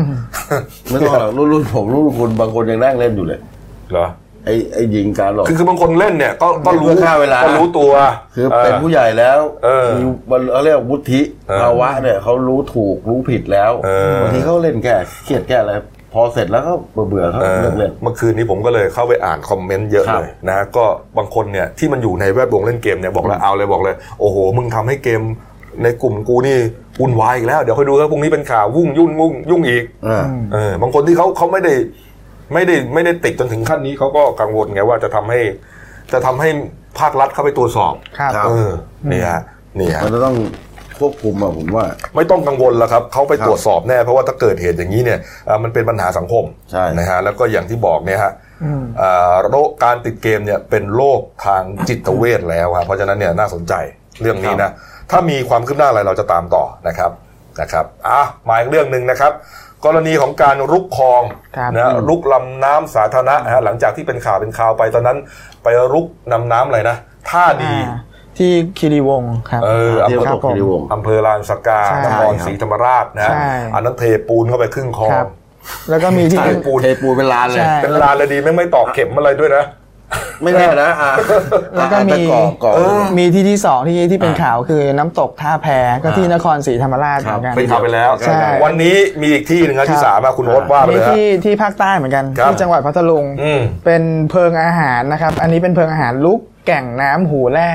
[SPEAKER 3] ไม่ต้องหรอกรุ่นรุ่นผมรุ่นคุณบางคนยังนั่งเล่นอยู่เลย
[SPEAKER 7] เหรอ
[SPEAKER 3] ไอ้ไอ้ยิงการหลอก
[SPEAKER 7] คือคือบางคนเล่นเนี่ย ก็ก็รู้
[SPEAKER 3] เพื่อฆ่าเวลา
[SPEAKER 7] ก็รู้ตัว
[SPEAKER 3] คือเป็น
[SPEAKER 7] ออ
[SPEAKER 3] ผู้ใหญ่แล้ว
[SPEAKER 7] เออ
[SPEAKER 3] มีมันเขาเรียกว่าวุฒิ
[SPEAKER 7] เออ
[SPEAKER 3] ภาวะเนี่ยเขารู้ถูกรู้ผิดแล้ว
[SPEAKER 7] เออ
[SPEAKER 3] บางทีเขาเล่นแก่เครียดแก่อะไรพอเสร็จแล้วก็เบื่อเบื่อๆเขา
[SPEAKER 7] เออ
[SPEAKER 3] เลิกเล่น
[SPEAKER 7] เมื่อคืนนี้ผมก็เลยเข้าไปอ่านคอมเมนต์เยอะ
[SPEAKER 3] ครับ
[SPEAKER 7] เลยนะก็บางคนเนี่ยที่มันอยู่ในแวดวงเล่นเกมเนี่ยบอกแล้วเอาเลยบอกเลย โอ้โห มึงทำให้เกมในกลุ่มกูนี่วุ่นวายอีกแล้ว เดี๋ยวค่อยดูครับพรุ่งนี้เป็นข่าววุ่งยุ่นมุ่งยุ่งอีก
[SPEAKER 3] อ่า
[SPEAKER 7] เออบางคนที่เขาเขาไม่ได้ไม่ได้ไม่ได้ติดจนถึงขั้นนี้เขาก็กังวลไงว่าจะทำให้ จะทำให้ภาครัฐเข้าไปตรวจสอบ
[SPEAKER 2] ครับ
[SPEAKER 7] เออนี่ฮะนี่ฮะ
[SPEAKER 3] มันจะต้อง ควบคุมอะผมว่า
[SPEAKER 7] ไม่ต้องกังวลแล้วครับเขาไป
[SPEAKER 3] ครับ
[SPEAKER 7] ตรวจสอบแน่ เพราะว่าถ้าเกิดเหตุอย่างนี้เนี่ยเอ่อมันเป็นปัญหาสังคม
[SPEAKER 3] ใช่
[SPEAKER 7] นะฮะแล้วก็อย่างที่บอกเนี่ยฮะเอ่อโรคการติดเกมเนี่ยเป็นโรคทางจิตเวชแล้วครับเพราะฉะนั้นเนี่ยน่าสนใจเรื่องนี้นะถ้ามีความคืบหน้าอะไรเราจะตามต่อนะครับนะครับอ่ะมาอีกเรื่องหนึ่งนะครับ กรณีของการรุกคลอง
[SPEAKER 6] ครับ
[SPEAKER 7] นะฮะรุกลำน้ำสาธารณะนะฮะหลังจากที่เป็นข่าวเป็นข่าวไปตอนนั้น ไปรุกนำน้ำอะไรนะท่าดี
[SPEAKER 6] อ่าที่คีรีวงศ์ครับ
[SPEAKER 7] เออ
[SPEAKER 3] เที่ยว
[SPEAKER 6] ค
[SPEAKER 3] ต
[SPEAKER 6] รับ
[SPEAKER 3] กคีรีวงศ์
[SPEAKER 7] อำเภอลานสกา
[SPEAKER 6] ใช่
[SPEAKER 7] นครศรีธรรมราชนะฮะ
[SPEAKER 6] ใช่
[SPEAKER 7] อันนั้นเทปูนเข้าไปครึ่งคลอ
[SPEAKER 6] ครั
[SPEAKER 7] ง
[SPEAKER 6] บ แล้วก็มีที่
[SPEAKER 7] เทปูน
[SPEAKER 3] เทปูนเป็นล้านเลย
[SPEAKER 6] ใช่
[SPEAKER 7] เป็นลานเลยดีแม่งไม่ตอกเข็มอะไรด้วยนะ
[SPEAKER 3] ไม่ได้นะอ่ะ
[SPEAKER 6] แล้วก็
[SPEAKER 3] อ่ะ
[SPEAKER 6] มี
[SPEAKER 3] ต่ก่อก่อ
[SPEAKER 6] มีที่ที่สองที่ที่เป็นข่าวคือน้ำตกท่าแพก็ที่
[SPEAKER 3] อ่าน
[SPEAKER 6] ครศรีธรรมราชเหมือนกัน
[SPEAKER 3] ครับ
[SPEAKER 6] ใช่
[SPEAKER 7] วันนี้มีอีกที่หนึ่งนะที่
[SPEAKER 6] ครับ
[SPEAKER 7] สามอะคุณโอ๊ตว่าไป
[SPEAKER 6] นี่
[SPEAKER 7] เลยฮะ
[SPEAKER 6] ที่ที่ภาคใต้เหมือนกัน
[SPEAKER 7] ครับ
[SPEAKER 6] ที่จังหวัดพัทลุง
[SPEAKER 7] อืม
[SPEAKER 6] เป็นเพิงอาหารนะครับ อันนี้เป็นเพิงอาหารลุกแก่งน้ำหูแร่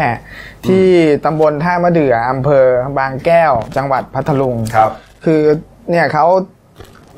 [SPEAKER 6] ที่ตำบลท่ามะเดื่ออำเภอบางแก้ว จังหวัดพัทลุง
[SPEAKER 7] ครับ
[SPEAKER 6] คือเนี่ยเขา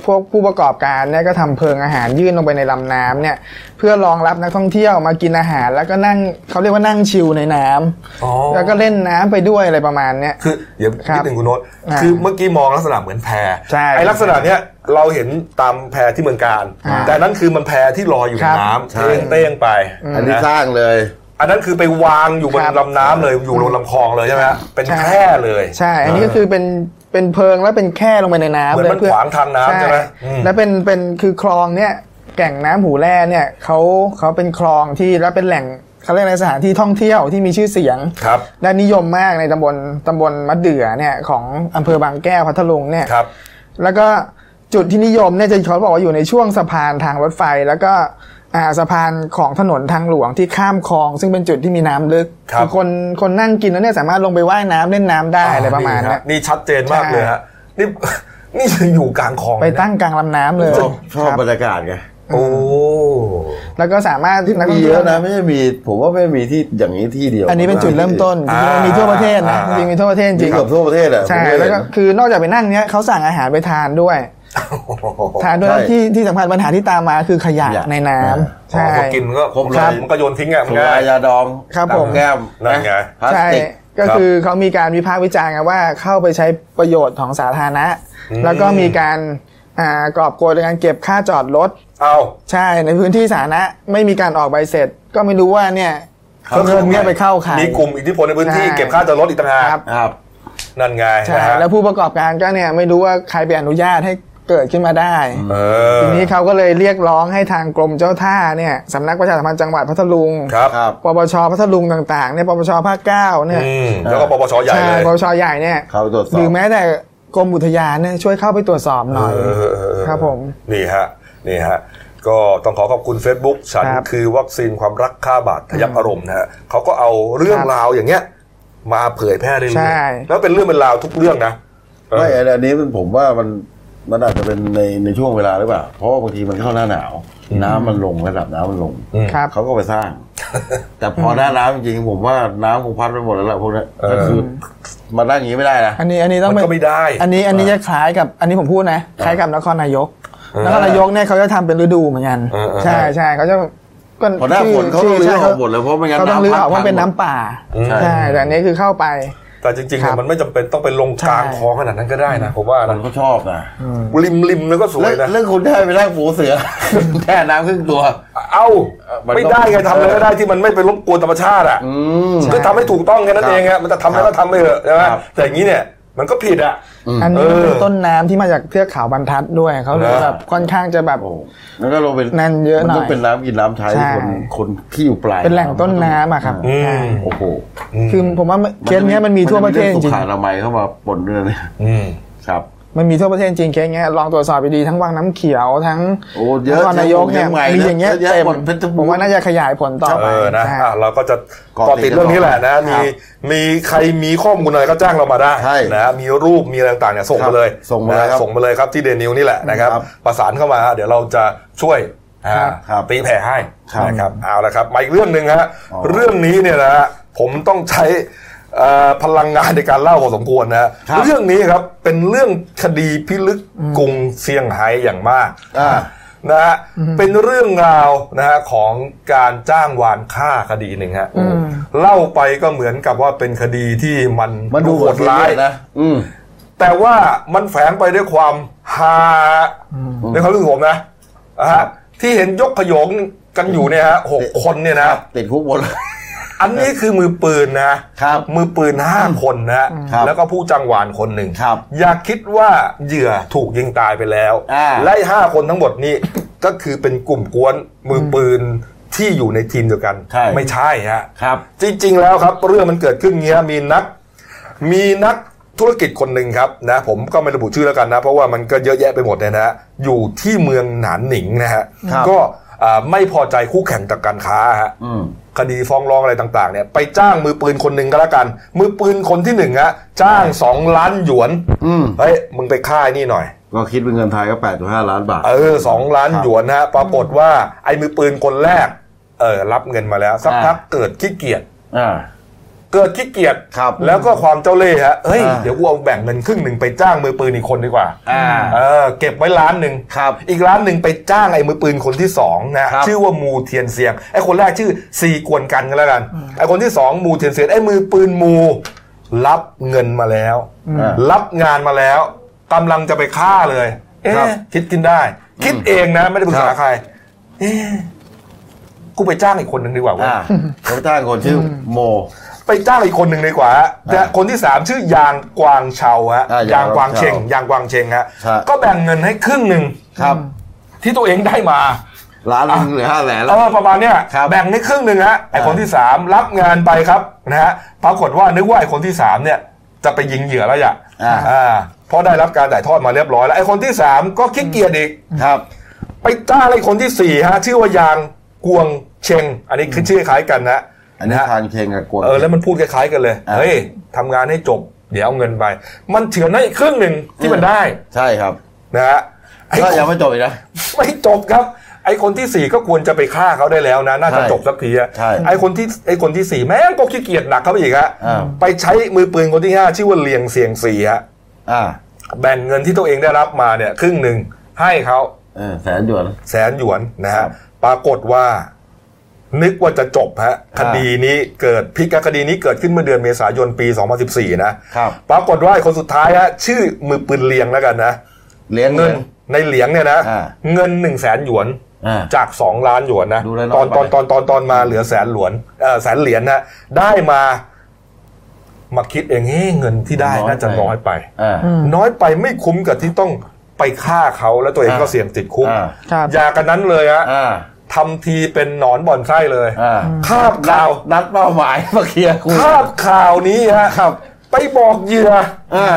[SPEAKER 6] พวกผู้ประกอบการเนี่ยก็ทำเพิงอาหารยื่นลงไปในลำน้ำเนี่ยเพื่อรองรับนักท่องเที่ยวมากินอาหาร แล้วก็นั่งเขาเรียกว่านั่งชิลในน้ำแล้วก็เล่นน้ำไปด้วยอะไรประมาณเนี้ย
[SPEAKER 7] คือเดี๋ยว
[SPEAKER 6] ครับ
[SPEAKER 7] นิดหนึ่งคุณโอ๊ต
[SPEAKER 6] อ่า
[SPEAKER 7] คือเมื่อกี้มองลักษณะเหมือนแพ
[SPEAKER 6] ใช่
[SPEAKER 7] ไอ้ลักษณะเนี้ยเราเห็นตามแพที่เมืองการ
[SPEAKER 6] อ่า
[SPEAKER 7] แต่นั้นคือมันแพที่ลอยอยู่ใน
[SPEAKER 6] ครับ
[SPEAKER 7] น้
[SPEAKER 3] ใช่
[SPEAKER 7] ำเต้งๆไป
[SPEAKER 3] อันนี้
[SPEAKER 7] นะ
[SPEAKER 3] สร้างเลย
[SPEAKER 7] อันนั้นคือไปวางอยู่บน
[SPEAKER 6] ครับ
[SPEAKER 7] ลำน้ำเลยอยู่บนลำคลองเลยใช่ไหมฮะเป็น
[SPEAKER 6] ใช่
[SPEAKER 7] แพร่เลย
[SPEAKER 6] ใช่ อันนี้ก็คือเป็นเป็นเพิงแล้วเป็นแค่ลงไปในน้ำ
[SPEAKER 7] เหมือนมัน
[SPEAKER 6] ลยพื่
[SPEAKER 7] ขวางทางน้ำใช่ไหมอืม
[SPEAKER 6] แล้วเป็นเป็นคือคลองเนี่ยแก่งน้ำหูแร่เนี่ยเขาเขาเป็นคลองที่แล้วเป็นแหล่งเขาเรียกในสถานที่ท่องเที่ยวที่มีชื่อเสียง
[SPEAKER 7] ครับ
[SPEAKER 6] ได้นิยมมากในตำบลตำบลมะเดื่อเนี่ยของอำเภอบางแก้วพัทลุงเนี่ย
[SPEAKER 7] ครับ
[SPEAKER 6] แล้วก็จุดที่นิยมเนี่ยจะเขาบอกว่าอยู่ในช่วงสะพานทางรถไฟ แล้วก็อ่าสะพานของถนนทางหลวงที่ข้ามคลอง ซึ่งเป็นจุดที่มีน้ำลึก
[SPEAKER 7] ครับ
[SPEAKER 6] อคนคนนั่งกินแล้วเนี่ยสามารถลงไปว่ายน้ำเล่นน้ำได้อะไรประมาณ
[SPEAKER 7] นี่
[SPEAKER 6] เนี้
[SPEAKER 7] ฮะ
[SPEAKER 6] ย
[SPEAKER 7] นี่ชัดเจนมาก
[SPEAKER 6] ใช่
[SPEAKER 7] เลยฮะนี่ นี่อยู่กลางคลอง
[SPEAKER 6] ไปตั้งกลางลำน้ำเลย
[SPEAKER 3] ชอบชอบ
[SPEAKER 6] ครับ
[SPEAKER 3] บรรยากาศไง
[SPEAKER 7] โอ้
[SPEAKER 6] แล้วก็สามารถ
[SPEAKER 3] ที่
[SPEAKER 6] นักท่
[SPEAKER 3] มี
[SPEAKER 6] ง
[SPEAKER 3] เย
[SPEAKER 6] ที่ว
[SPEAKER 3] อะนะไม่ใช่มีผมว่าไม่มีที่อย่างนี้ที่เดียว
[SPEAKER 6] อันนี้เป็นจุดเริ่มต้น
[SPEAKER 7] อ่า
[SPEAKER 6] จริงๆมีทั่วประเทศนะ
[SPEAKER 7] อ่า
[SPEAKER 6] จริงๆมีทั่วประเทศ
[SPEAKER 3] มี
[SPEAKER 6] จริง
[SPEAKER 3] เกือบทั่วประเทศอะ
[SPEAKER 6] ใช่
[SPEAKER 3] ผมเคย
[SPEAKER 6] แล้ว
[SPEAKER 3] เห็น
[SPEAKER 6] ก็คือนอกจากไปนั่งเนี้ยเขาสั่งอาหารไปทานด้วย ทานด้วย
[SPEAKER 3] ใช่
[SPEAKER 6] แล้วที่ที่สำคัญปัญหาที่ตามมาคือขยะ
[SPEAKER 3] ขยะ
[SPEAKER 6] ในน้ำ
[SPEAKER 7] อ๋อ
[SPEAKER 6] ใช่
[SPEAKER 7] พอกินก็
[SPEAKER 3] ครบเลย
[SPEAKER 7] ครับมันก็โยนทิ้งอ่ะมัน
[SPEAKER 3] สุ
[SPEAKER 7] ง่าร
[SPEAKER 3] าย ยาดอง
[SPEAKER 6] ครับผม
[SPEAKER 3] น้ำแก้ม
[SPEAKER 7] นั่นไง
[SPEAKER 3] พลาส
[SPEAKER 6] ใช่
[SPEAKER 3] ติก
[SPEAKER 6] ก็คือเขามีการวิพากษ์วิจารณ์กันว่าเข้าไปใช้ประโยชน์ของสาธารณะ
[SPEAKER 7] อืม
[SPEAKER 6] แล้วก็มีการอ่ากอบโกยในการเก็บค่าจอดรถ
[SPEAKER 7] เอา
[SPEAKER 6] ใช่ในพื้นที่สาธารณะไม่มีการออกใบเสร็จ ก็ไม่รู้ว่าเนี่ย
[SPEAKER 3] เข้า
[SPEAKER 6] เงินเนี่ย
[SPEAKER 3] ใคร
[SPEAKER 6] ไปเข้าใคร
[SPEAKER 7] มีกลุ่มอิทธิพลในพื้นที่
[SPEAKER 6] ใช่
[SPEAKER 7] เก็บค่าจอดรถอีกต่างหาก
[SPEAKER 6] ครับ
[SPEAKER 3] ครับ
[SPEAKER 7] นั่นไง
[SPEAKER 6] ใช่
[SPEAKER 7] นะฮะ
[SPEAKER 6] แล้วผู้ประกอบการก็เนี่ยไม่รู้ว่าใครไปอนุญาตให้เกิดขึ้นมาได้
[SPEAKER 7] เออ
[SPEAKER 6] ทีนี้เขาก็เลยเรียกร้องให้ทางกรมเจ้าท่าเนี่ยสำนักประชาสัมพันธ์จังหวัดพัทลุง
[SPEAKER 7] ครับ
[SPEAKER 3] ครับ
[SPEAKER 6] ปปชพัทลุงต่างๆเนี่ยปปชภาคเก้าเนี่ย
[SPEAKER 7] อืมแล้วก็ปปชใหญ่
[SPEAKER 6] ใช่
[SPEAKER 7] เลย
[SPEAKER 6] ปปชใหญ่เนี่ย
[SPEAKER 3] เข้าไปตรวจสอบ
[SPEAKER 6] หรือแม้แต่กรมอุทยานเนี่ยช่วยเข้าไปตรวจสอบหน่อย
[SPEAKER 7] เออเออเออเออ
[SPEAKER 6] ครับผม
[SPEAKER 7] นี่ฮะนี่ฮะก็ต้องขอขอบคุณ Facebook ฉัน
[SPEAKER 6] ครับ
[SPEAKER 7] คือวัคซีนความรักค่าบาดทะยักอารมณ์นะฮะเขาก็เอาเรื่อง
[SPEAKER 6] ครับ
[SPEAKER 7] ราวอย่างเงี้ย มาเผยแพร่เรื่อ
[SPEAKER 6] ใช่
[SPEAKER 7] ยๆแล้วเป็นเรื่องเป็นราวทุกเรื่องนะเออ
[SPEAKER 3] ไม่อันอันนี้มันผมว่ามันมันอาจจะเป็นในในช่วงเวลาหรือเปล่า เพราะว่าบางทีมันเข้าหน้าหนาว น้ำมันลงระดับน้ำมันลง
[SPEAKER 7] อืม
[SPEAKER 6] ครับ
[SPEAKER 3] เขาก็ไปส ร้าง แต่พอหน้าน้ำจริงๆผมว่าน้ำคงพัดไปหมดแล้วล่ะพวกนี้
[SPEAKER 7] เออ
[SPEAKER 3] ก็คือมานั่งอย่างนี้ไม่ได้นะ
[SPEAKER 6] อันนี้อันนี้ต้อง
[SPEAKER 7] มันก็
[SPEAKER 6] เป็
[SPEAKER 7] ไม่
[SPEAKER 6] น
[SPEAKER 7] ได้
[SPEAKER 6] อันนี้อันนี้จะคล้ายกับอันนี้ผมพูดนะคล้ายกับนครนายกนครนายกเนี่ยเขาจะทำเป็นฤดูเหมือนกัน
[SPEAKER 7] เออเออ
[SPEAKER 6] ใช่ใช่เขาจะก็
[SPEAKER 3] พอหน้าฝนเขาต้อง
[SPEAKER 6] ชื่
[SPEAKER 3] ลื้อ
[SPEAKER 6] ใช่
[SPEAKER 3] ออกหมดเลยเพราะไม่งั้น
[SPEAKER 6] เขาต้อง
[SPEAKER 3] น้ำ
[SPEAKER 6] ลื้อ
[SPEAKER 3] พัด
[SPEAKER 6] ออกว่าะเป็น
[SPEAKER 3] พังหมด
[SPEAKER 6] น้ำป่า
[SPEAKER 7] อืม
[SPEAKER 6] ใช่แต่อันนี้คือเข้าไป
[SPEAKER 7] แต่จริงๆ
[SPEAKER 6] ครั
[SPEAKER 7] เนี่ย
[SPEAKER 6] บ
[SPEAKER 7] มันไม่จำเป็นต้องไปลงกลาง
[SPEAKER 6] ใช่
[SPEAKER 7] คลองขนาดนั้นก็ได้นะผมว่า
[SPEAKER 3] มั
[SPEAKER 7] นะ
[SPEAKER 3] นก็ชอบนะ
[SPEAKER 7] ริมริมแล้วก็สว
[SPEAKER 3] แล้
[SPEAKER 7] ยว นะ
[SPEAKER 3] เรื่องคุณได้ไปนั่งฝูเสือ แช่น้ำครึ่งตัว
[SPEAKER 7] เอ้า
[SPEAKER 3] มันก็
[SPEAKER 7] ไม่ได้ไงทำอะไรก็ได้ที่มันไม่ไปรบกวนธรรมชาติอ่ะ
[SPEAKER 3] อืม
[SPEAKER 7] ก็ทำให้ถูกต้องแค่นั้น
[SPEAKER 3] ครับ
[SPEAKER 7] เองฮะมันจะทำอะไร
[SPEAKER 3] ครั
[SPEAKER 7] ก็
[SPEAKER 3] บ
[SPEAKER 7] ทำไปเถอะใช่ไหม
[SPEAKER 3] ครับ
[SPEAKER 7] แต่อย่างนี้เนี่ยมันก็ผิดอ่ะ
[SPEAKER 6] อันนี้มันเป็น
[SPEAKER 7] เออ
[SPEAKER 6] ต้นน้ำที่มาจากเทือกเขาบรรทัดด้วยเขาเลย
[SPEAKER 7] นะ
[SPEAKER 6] แบบค่อนข้างจะแบบ
[SPEAKER 3] โอ้แล้วก็เราเป็น
[SPEAKER 6] นั่นเยอะหน่อย
[SPEAKER 3] มันก็เป็นน้ำกินน้ำใช้
[SPEAKER 6] ใช่
[SPEAKER 3] คนคนที่อยู่ปลาย
[SPEAKER 6] เป็นแหล่งต้นน้ำอะครับ
[SPEAKER 7] อืม
[SPEAKER 6] ใช่
[SPEAKER 3] โอ้โห
[SPEAKER 6] คือผมว่าเคสเนี้ยมันมีทั่วประเทศจ
[SPEAKER 3] มันจมีอง
[SPEAKER 6] ริ
[SPEAKER 3] สุขอนามัยเข้ามาปนด้วยนะเนี่ย
[SPEAKER 7] อืม
[SPEAKER 3] ครับ
[SPEAKER 6] มันมีทั่วประเทศจริงเคสเนี้ยลองตรวจสอบดีๆทั้งวังน้ำเขียวทั้ง
[SPEAKER 3] โอ้เยอะ
[SPEAKER 6] นครนายกเนี่ย
[SPEAKER 3] เชียงใหม่
[SPEAKER 6] มีอย่างเงี้ย
[SPEAKER 3] เยอะ
[SPEAKER 6] เต็ม
[SPEAKER 3] หมดเพชรบูรณ์
[SPEAKER 6] ผมว่าน่าจะขยายผลต่อไป
[SPEAKER 7] เออนะ
[SPEAKER 6] ใช่
[SPEAKER 7] อ่ะเราก็จะ
[SPEAKER 3] เกาะ
[SPEAKER 7] เกาะ
[SPEAKER 3] ติ
[SPEAKER 7] ติ
[SPEAKER 3] ด
[SPEAKER 7] ดเรื่องนี้แหละนะ มี
[SPEAKER 6] ครับ
[SPEAKER 7] มีใครมีข้อมูลอะไรก็จ้างเรามาได้
[SPEAKER 3] ใช่
[SPEAKER 7] นะมีรูปมีอะไรต่างๆเนี่ยส่ง
[SPEAKER 3] ครับ
[SPEAKER 7] มาเลย
[SPEAKER 3] ส่งมาเลย
[SPEAKER 7] นะครับส่งมาเลยครับที่เดนิวนี่แหละนะครับ
[SPEAKER 3] ครับ
[SPEAKER 7] ประสานเข้ามาฮะเดี๋ยวเราจะช่วยอ่า
[SPEAKER 3] ครับ
[SPEAKER 7] ตีแผ่ให้
[SPEAKER 3] ครับ
[SPEAKER 7] นะครับเอาละครับมาอีกเรื่องหนึ่งฮะ
[SPEAKER 3] อ๋อ
[SPEAKER 7] เรื่องนี้เนี่ยนะฮะผมต้องใช้เอ่อพลังงานในการเล่าพอสมควรนะฮะเรื่องนี้ครับเป็นเรื่องคดีพิลึกกรุงเซี่ยงไฮ้อย่างมาก
[SPEAKER 3] อ่า
[SPEAKER 7] นะฮะเป็นเรื่องราวนะฮะของการจ้างวานฆ่าคดีหนึ่งฮะเล่าไปก็เหมือนกับว่าเป็นคดีที่มัน
[SPEAKER 3] มันดูโหดร้ายนะ อืม
[SPEAKER 7] แต่ว่ามันแฝงไปด้วยความฮาในความรู้สึกผมนะนะฮะที่เห็นยกขยงกันอยู่เนี่ยฮะหกคนเนี่ยนะ
[SPEAKER 3] ติดคุกหมดเลย
[SPEAKER 7] อันนี้คือมือปืนนะครับ มือปืนห้าคนนะฮะ
[SPEAKER 3] ครับ
[SPEAKER 7] แล้วก็ผู้จังหวานคนหนึ่ง
[SPEAKER 3] ครับ
[SPEAKER 7] อย่าคิดว่าเหยื่อถูกยิงตายไปแล้ว
[SPEAKER 3] อ่า
[SPEAKER 7] และห้าคนทั้งหมดนี้ ก็คือเป็นกลุ่มกวนมือปืนที่อยู่ในทีมเดียวกัน
[SPEAKER 3] ใช่
[SPEAKER 7] ไม่ใช่ฮะ
[SPEAKER 3] ครับ
[SPEAKER 7] จริง ๆ แล้วครับเรื่องมันเกิดขึ้นเงี้ยมีนัก มีนักธุรกิจคนหนึ่งครับนะผมก็ไม่ระบุชื่อแล้วกันนะ เพราะว่ามันก็เยอะแยะไปหมดเนี่ยนะฮะอยู่ที่เมืองหนานหนิงนะฮะ
[SPEAKER 3] ครับ
[SPEAKER 7] ก็อ่าไม่พอใจคู่แข่งทางการค้าฮะ
[SPEAKER 3] อืม
[SPEAKER 7] คดีฟ้องร้องอะไรต่างๆเนี่ยไปจ้างมือปืนคนหนึ่งก็แล้วกัน มือปืนคนที่หนึ่งอะจ้างสองล้านหยวน
[SPEAKER 3] อืม
[SPEAKER 7] เฮ้ยมึงไปค่ายนี่หน่อย
[SPEAKER 3] ก็คิดเป็นเงินไทยก็แปดถึงห้าล้านบาท
[SPEAKER 7] เออสองล้านหยวนนะฮะปรากฏว่าไอ้มือปืนคนแรก เออรับเงินมาแล้วสัก
[SPEAKER 3] อ่า
[SPEAKER 7] พักเกิดขี้เกียจ
[SPEAKER 3] อ่า
[SPEAKER 7] เกิดขี้เกียจ
[SPEAKER 3] ครับ
[SPEAKER 7] แล้วก็ความเจ้าเล่ห์ฮะเฮ้ย
[SPEAKER 3] อ่า
[SPEAKER 7] เดี๋ยวกูเอาแบ่งเงินครึ่งหนึ่งไปจ้างมือปืนอีกคนดีกว่า
[SPEAKER 3] อ่า
[SPEAKER 7] เออเก็บไว้ร้านหนึ่ง
[SPEAKER 3] ครับ
[SPEAKER 7] อีกร้านหนึ่งไปจ้างไอ้มือปืนคนที่สองนะครับ ชื่อว่ามูเทียนเซียงไอ้คนแรกชื่อซีกวนกันก็แล้วกันไอ้คนที่สองมูเทียนเซียงไอ้มือปืนมู รับเงินมาแล้ว
[SPEAKER 3] อ่า
[SPEAKER 7] รับงานมาแล้วกำลังจะไปฆ่าเลย เอ๊ะ
[SPEAKER 3] ครับ
[SPEAKER 7] คิดกินได้ คิดเองนะ ไม่ได้ปรึกษา
[SPEAKER 3] ครับ
[SPEAKER 7] ใคร เอ๊ะกูไปจ้างอีกคนหนึ่งดีกว่าเว้ย
[SPEAKER 3] อ่าเขาจ้างคนชื่อโม
[SPEAKER 7] ไปจ้างอีกคนหนึ่งดีกว่าฮะแต่คนที่สามชื่อยางกวางเชาฮะยาย
[SPEAKER 3] อ่ะาง ง
[SPEAKER 7] กวาว
[SPEAKER 3] กาง ง
[SPEAKER 7] เช
[SPEAKER 3] เช
[SPEAKER 7] ง
[SPEAKER 3] ง
[SPEAKER 7] ยางกวางเชงฮะ
[SPEAKER 3] ครับ
[SPEAKER 7] ก็แบ่งเงินให้ครึ่งหนึ่ง
[SPEAKER 3] ครับ
[SPEAKER 7] ที่ตัวเองได้มา
[SPEAKER 3] ล้านหนึ่งหรือห้าแสน
[SPEAKER 7] เอ
[SPEAKER 3] แล้ว
[SPEAKER 7] อประมาณเนี้ย
[SPEAKER 3] ครับ
[SPEAKER 7] แบ่งให้ครึ่งหนึ่งฮะไอ
[SPEAKER 3] อ่า
[SPEAKER 7] คนที่สามรับงานไปครับนะฮะปรากฏว่านึกว่าไอคนที่สามเนี่ยจะไปยิงเหยื่อแล้วอย่ะ
[SPEAKER 3] อ่า
[SPEAKER 7] อ่าเพราะได้รับการถ่ายทอดมาเรียบร้อยแล้วไอคนที่สามก็ขี้เกียจอีก
[SPEAKER 3] ครับ
[SPEAKER 7] ไปจ้างไอคนที่สี่ฮะชื่อว่ายางกวางเชง อันนี้คือชื่อคล้ายกันนะ
[SPEAKER 3] อันนี้ทานเคงกับกวน
[SPEAKER 7] เออแล้วมันพูดคล้ายๆกันเลย
[SPEAKER 3] อ่ะ
[SPEAKER 7] เฮ้ยทำงานให้จบ เดี๋ยวเอาเงินไป มันเฉือนให้อีกครึ่งหนึ่งที่มันได้
[SPEAKER 3] ใช่ครับ
[SPEAKER 7] นะฮะไอ้
[SPEAKER 3] ก็
[SPEAKER 7] คน
[SPEAKER 3] ยังไม่จบอีกนะ
[SPEAKER 7] ไม่จบครับ ไอ้คนที่สี่ก็ควรจะไปฆ่าเขาได้แล้วนะ น่าจะ
[SPEAKER 3] ใช่
[SPEAKER 7] จบสักทีอะ
[SPEAKER 3] ใช่
[SPEAKER 7] ไอ้คนที่ไอ้คนที่สี่แม่งก็ขี้เกียจหนักเข้าไปอีกฮะ
[SPEAKER 3] อ่า
[SPEAKER 7] ไปใช้มือปืนคนที่ห้าชื่อว่าเลียงเสียงสี่ฮะ
[SPEAKER 3] อ่า
[SPEAKER 7] แบ่งเงินที่ตัวเองได้รับมาเนี่ยครึ่งหนึ่งให้เขา
[SPEAKER 3] เออแสนหยวน
[SPEAKER 7] แสนหยวนนะ
[SPEAKER 3] ค
[SPEAKER 7] ฮะ
[SPEAKER 3] รับ
[SPEAKER 7] ปรากฏว่า นึกว่าจะจบฮะค
[SPEAKER 3] อ่า
[SPEAKER 7] ดีนี้เกิดพลิกคดีนี้เกิดขึ้นเมื่อเดือนเมษายนปี 2014 นะ
[SPEAKER 3] ครับ
[SPEAKER 7] ปรากฏว่าไอ้คนสุดท้ายฮะชื่อมือปืนเลียงแล้วกันนะ
[SPEAKER 3] เลี้ยง
[SPEAKER 7] เงิ
[SPEAKER 3] เงิ
[SPEAKER 7] น
[SPEAKER 3] น
[SPEAKER 7] ในเหลียงเนี่ยนะ
[SPEAKER 3] อ่า
[SPEAKER 7] เงินหนึ่งแสนหยวน
[SPEAKER 3] อ่า
[SPEAKER 7] จากสองล้านหยวนนะ
[SPEAKER 3] ดูแลน้
[SPEAKER 7] ตอ
[SPEAKER 3] อน ย
[SPEAKER 7] ต
[SPEAKER 3] ไป
[SPEAKER 7] อนตอนตอนตอนมาเหลือแสนหลวนเอ่อแสนเหรียญนะได้มามาคิดเองเฮ้เงินที่ได้น่าจะน้อยไป
[SPEAKER 3] อ่า
[SPEAKER 7] น้อยไปไม่คุ้มกับที่ต้องไปฆ่าเขาแล้วตัวเองก็
[SPEAKER 3] อ่า
[SPEAKER 7] เสี่ยงติดคุก
[SPEAKER 3] อ่า
[SPEAKER 6] ครับ
[SPEAKER 7] อย่ากันนั้นเลยฮะ
[SPEAKER 3] อ่า
[SPEAKER 7] ทำทีเป็นหนอนบ่อนไส้เลย
[SPEAKER 3] อ่า
[SPEAKER 7] คาบข่าว
[SPEAKER 3] นัดเป้าหมายมาเคลียร์คุย
[SPEAKER 7] คาบข่าวนี้ฮะ
[SPEAKER 3] ครับ
[SPEAKER 7] ไปบอกเหยื่อ
[SPEAKER 3] อ่า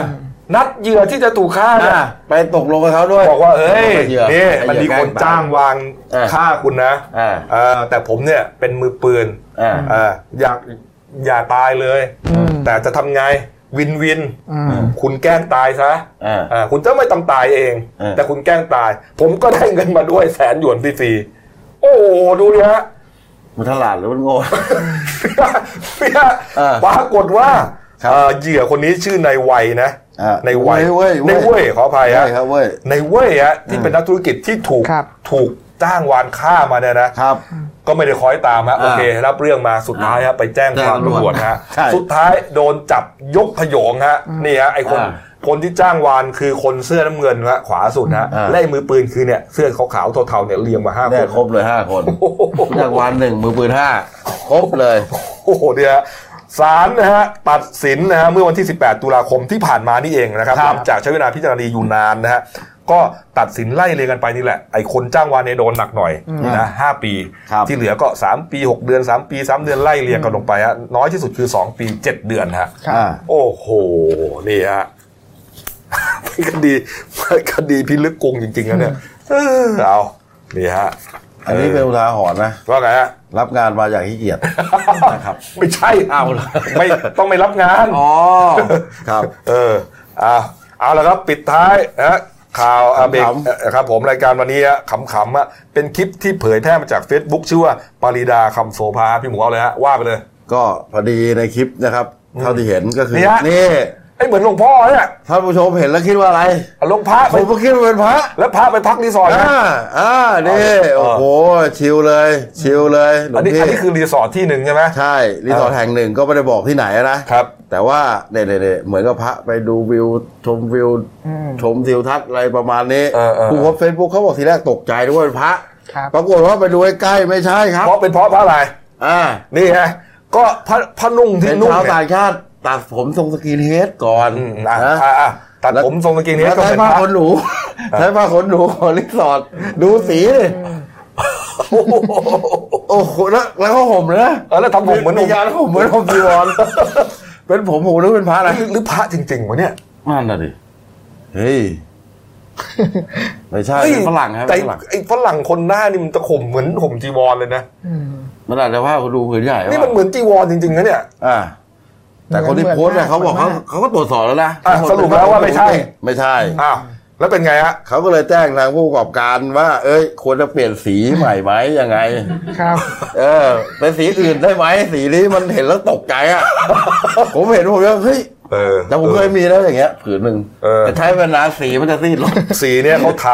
[SPEAKER 7] นัดเหยื่อที่จะถูกฆ่าเนี่ย
[SPEAKER 3] อ่าไปตกลงกับเขาด้วย
[SPEAKER 7] บอกว่าเอ้
[SPEAKER 3] หอ
[SPEAKER 7] ยนี่
[SPEAKER 3] ให้เหยื่อ
[SPEAKER 7] มันมีคน
[SPEAKER 3] แกล้ไป
[SPEAKER 7] จ้างวาง
[SPEAKER 3] เออ
[SPEAKER 7] ฆ่าคุณนะ
[SPEAKER 3] เออ
[SPEAKER 7] เออแต่ผมเนี่ยเป็นมือปืน
[SPEAKER 3] เออ
[SPEAKER 7] เอออยากอย่าตายเลย แต่จะทำไงวินวิน
[SPEAKER 6] อืม
[SPEAKER 7] คุณแกล้งตายซะ
[SPEAKER 3] อ่า
[SPEAKER 7] เออคุณจะไม่ต้องตายเอง
[SPEAKER 3] เออ
[SPEAKER 7] แต่คุณแกล้งตาย ผมก็ได้เงินมาด้วยแสนหยวนฟรีๆโอ้โหดูดิฮะ
[SPEAKER 3] มันฉลาดหรือมันโง่
[SPEAKER 7] เนี่ย
[SPEAKER 3] อ่า
[SPEAKER 7] ปรากฏว่า
[SPEAKER 3] ครับ
[SPEAKER 7] เอ่อเหยื่อคนนี้ชื่อในายวัยนะ
[SPEAKER 3] อ่า
[SPEAKER 7] ในวัย
[SPEAKER 3] เว้ยเว้
[SPEAKER 7] ใน
[SPEAKER 3] ย
[SPEAKER 7] เว้ยขออภัยฮะ
[SPEAKER 3] เว้ยครับเว้ย
[SPEAKER 7] ในเว้ยฮะที่เป็นนักธุรกิจที่ถูก
[SPEAKER 6] ครับ
[SPEAKER 7] ถูกจ้างวานฆ่ามาเนี่ยนะครับ ก็ไม่ได้คอยตามฮะ
[SPEAKER 3] อ่า
[SPEAKER 7] โอเค รับเรื่องมาสุดท้ายฮะไปแจ้งความ
[SPEAKER 3] แจ้งตำรวจ
[SPEAKER 7] ตำรวจฮะ
[SPEAKER 3] ใช่
[SPEAKER 7] สุดท้ายโดนจับยกขโยงฮะนี่ฮะไอคน
[SPEAKER 3] อ่า
[SPEAKER 7] คนที่จ้างวานคือคนเสื้อน้ำเงินฮะขวาสุดฮะ
[SPEAKER 3] อ่า
[SPEAKER 7] ไล่มือปืนคือเนี่ยเสื้อขาวๆเทาๆเนี่ยเรียงมาห้าค
[SPEAKER 3] ได้
[SPEAKER 7] น
[SPEAKER 3] ครบเลยห้าคนจากวันหนึ่งมือปืนห้าครบเลย
[SPEAKER 7] โอ้โหเนี่ยฮะศาลนะฮะตัดสินนะฮะเมื่อวันที่ 18 ตุลาคมที่ผ่านมานี่เองนะครับหลังจากใช้เวลาพิจารณาอยู่นานนะฮะก็ตัดสินไล่เรียงกันไปนี่แหละไอ้คนจ้างวานเนี่ยโดนหนักหน่อยนะห้าปี
[SPEAKER 3] ครับ
[SPEAKER 7] ที่เหลือก็ 3 ปี 6 เดือน 3 ปี 3 เดือนไล่เรียงกันลงไปฮะน้อยที่สุดคือ 2 ปี 7 เดือนฮะ
[SPEAKER 6] ครับ
[SPEAKER 3] อ่า
[SPEAKER 7] โอ้โห นี่ฮะ เป็นคดีเป็นคดีพิลึกกรุงจริงๆนะเนี่ยเออเอานี่ฮะ
[SPEAKER 3] อันนี้เป็นอุทาหรณ์นะ
[SPEAKER 7] ว่าไงฮะ
[SPEAKER 3] รับงานมาอย่างขี้เกียจ นะครับ
[SPEAKER 7] ไม่ใช่
[SPEAKER 3] เอาเหรอ
[SPEAKER 7] ไม่ต้องไม่รับงาน
[SPEAKER 3] อ๋อ ครับ
[SPEAKER 7] เออเอาเอาละครับปิดท้ายนะข่าวอาเบก
[SPEAKER 3] ขำๆ
[SPEAKER 7] เอ่อครับผมรายการวันนี้อะขำๆอะเป็นคลิปที่เผยแพร่มาจาก Facebook ชื่อว่าปาริดาคำโสภาพี่หมูเอาเลยฮะว่าไปเลย
[SPEAKER 3] ก็พอดีในคลิปนะครับ เท่าที่เห็นก็คือ
[SPEAKER 7] นี่ฮะ
[SPEAKER 3] นี่
[SPEAKER 7] ไอ้เหมือนหลวงพ่อเนี่ย
[SPEAKER 3] ท่านผู้ชมเห็นแล้วคิดว่าอะไร
[SPEAKER 7] หลวงพระ
[SPEAKER 3] ผ
[SPEAKER 7] ไป
[SPEAKER 3] มก็คิดว่าเป็นพระ
[SPEAKER 7] แล้วพระไปพักรีสอร์ทนะ
[SPEAKER 3] อ่า อ่านี่
[SPEAKER 7] อ๋อ
[SPEAKER 3] โอ้โห ชิวเลย ชิวเลยหลว
[SPEAKER 7] อั
[SPEAKER 3] ง
[SPEAKER 7] นนี้
[SPEAKER 3] พี่
[SPEAKER 7] อันนี้คือรีสอร์ทที่หนึ่งใช่ไหม
[SPEAKER 3] ใช่ รีสอร์ทแห่งหนึ่งก็ไม่ได้บอกที่ไหนนะ
[SPEAKER 7] ครับ
[SPEAKER 3] แต่ว่าเนี่ยเนี่ยเนี่ยเหมือนกับพระไปดูวิว ชมวิว ชมทิวทัศน์อะไรประมาณนี้
[SPEAKER 7] เออเออ
[SPEAKER 3] ผู้พบเฟซบุ๊กเขาบอกทีแรกตกใจด้วยเป็นพระ
[SPEAKER 6] ครับ
[SPEAKER 3] ปรากฏว่าไปดูใกล้ๆไม่ใช่ครับ
[SPEAKER 7] เพราะเป็นเพราะพระอะไร
[SPEAKER 3] อ่า
[SPEAKER 7] นี่ฮะก็พระพระนุ่งที่
[SPEAKER 3] เป็น
[SPEAKER 7] นุ่ง
[SPEAKER 3] ชาว
[SPEAKER 7] เนี่ย
[SPEAKER 3] ต่างชาติตัดผมทรงสกินเฮดก่อน
[SPEAKER 7] อืมอ่ะ
[SPEAKER 3] นะ
[SPEAKER 7] อ่ะอ่ะตัดผมทรงตะกี้นี้
[SPEAKER 3] แล้ว
[SPEAKER 7] ก็
[SPEAKER 3] ใช้
[SPEAKER 7] เป็น
[SPEAKER 3] ผ้า
[SPEAKER 7] พระ
[SPEAKER 3] ขนหนู ใช้ผ้าขนหนูของรีสอร์ทดูสีดิ
[SPEAKER 7] โอ้โห
[SPEAKER 3] โอ้โหแล้วแล้วก็ห่มเลยนะ
[SPEAKER 7] เออแล้วทำผมเหมือนห
[SPEAKER 3] มี
[SPEAKER 7] นุ่ม
[SPEAKER 3] ยาแล้วห่มเหมือนห่มจีวร เป็นผมผมนึกเป็นพระนะ
[SPEAKER 7] หรือพระจริงๆวะเนี่ย
[SPEAKER 3] นั่นน่ะดิเฮ้ยไม่ใช่
[SPEAKER 7] เฮ้ย
[SPEAKER 3] เป็นฝรั่งครับ
[SPEAKER 7] แต่
[SPEAKER 3] เป็นฝรั่ง
[SPEAKER 7] ไอ้ฝรั่งคนหน้านี่มันจะข่มเหมือนข่มจีวรเลยนะ
[SPEAKER 3] มันอาจจะว่าเขาดูผืนใหญ่
[SPEAKER 7] นี่มั
[SPEAKER 3] ว่ะ
[SPEAKER 7] นเหมือนจีวรจริงๆนะเนี่ย
[SPEAKER 3] อ่า แต่คนที่โพสต์เนี่ยเขาบอกเขา
[SPEAKER 6] เหมือนมาก
[SPEAKER 3] เขาก็ตรวจสอบแล้วนะ
[SPEAKER 7] อ่ะสรุปแล้วว่าไม่ใช่
[SPEAKER 3] ไม่ใช่
[SPEAKER 7] อ้าวแล้วเป็นไงฮะ
[SPEAKER 3] เขาก็เลยแจ้งทางผู้ประกอบการว่า เอ้ย ควรจะเปลี่ยนสีใหม่ไหมยังไง
[SPEAKER 6] ครับ
[SPEAKER 3] เออ เป็นสีอื่นได้ไหมสีนี้มันเห็นแล้วตกใจอ่ะ ผมเห็นผมก็เฮ้ย
[SPEAKER 7] เออ
[SPEAKER 3] แต่ผมเคยมีแล้วอย่างเงี้ย ผืนหนึ่ง
[SPEAKER 7] เออ
[SPEAKER 3] แต่ใช้เวลานสีมันจะซีด ลง
[SPEAKER 7] สีเนี่ยเขาท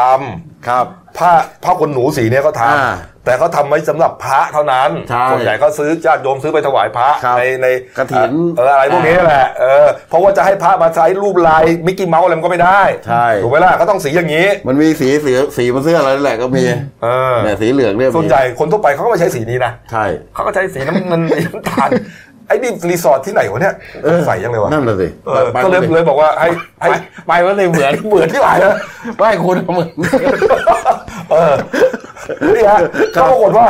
[SPEAKER 3] ครับ
[SPEAKER 7] ำผ้าผ้าขนหนูสีเนี่ยเขาท
[SPEAKER 3] อ่า
[SPEAKER 7] ำแต่เขาทำไว้สำหรับพระเท่านั้น
[SPEAKER 3] ใช่
[SPEAKER 7] ส่วนใหญ่ก็ซื้อญาติโยมซื้อไปถวายพระ
[SPEAKER 3] ครับ
[SPEAKER 7] ในใน
[SPEAKER 3] กฐิน
[SPEAKER 7] เอออะไรพวกนี้แหละเออเพราะว่าจะให้พระมาใช้รูปลายมิกกี้เมาส์อะไรมันก็ไม่ได้
[SPEAKER 3] ใช่
[SPEAKER 7] ถูกไหมล่ะก็ต้องสีอย่างนี้
[SPEAKER 3] มันมีสีสีสีมันเสื้ออะไรนั่นแหละก็มี
[SPEAKER 7] เออ
[SPEAKER 3] เนี่ยสีเหลืองเนี่ยมี
[SPEAKER 7] ส่วนใหญ่คนทั่วไปเขาก็ไม่ใช้สีนี้นะ
[SPEAKER 3] ใช่
[SPEAKER 7] เขาก็ใช้สีน้ำเงิน สีน้ำตาลไอ้นี่รีสอร์ทที่ไหนวะเนี่ยใส่ยังเลยวะ
[SPEAKER 3] นั่นแหละสิ
[SPEAKER 7] เออ
[SPEAKER 3] ไป
[SPEAKER 7] ก็เลย
[SPEAKER 3] ไป
[SPEAKER 7] เลยบอกว่าให้ให้
[SPEAKER 3] ไปว่าเลยเหมือน
[SPEAKER 7] เหมือนที่หลายนะ
[SPEAKER 3] ไม่คุณเห มือน
[SPEAKER 7] เออนี่ฮะ
[SPEAKER 3] ครับ
[SPEAKER 7] ก็ปรากฏว่า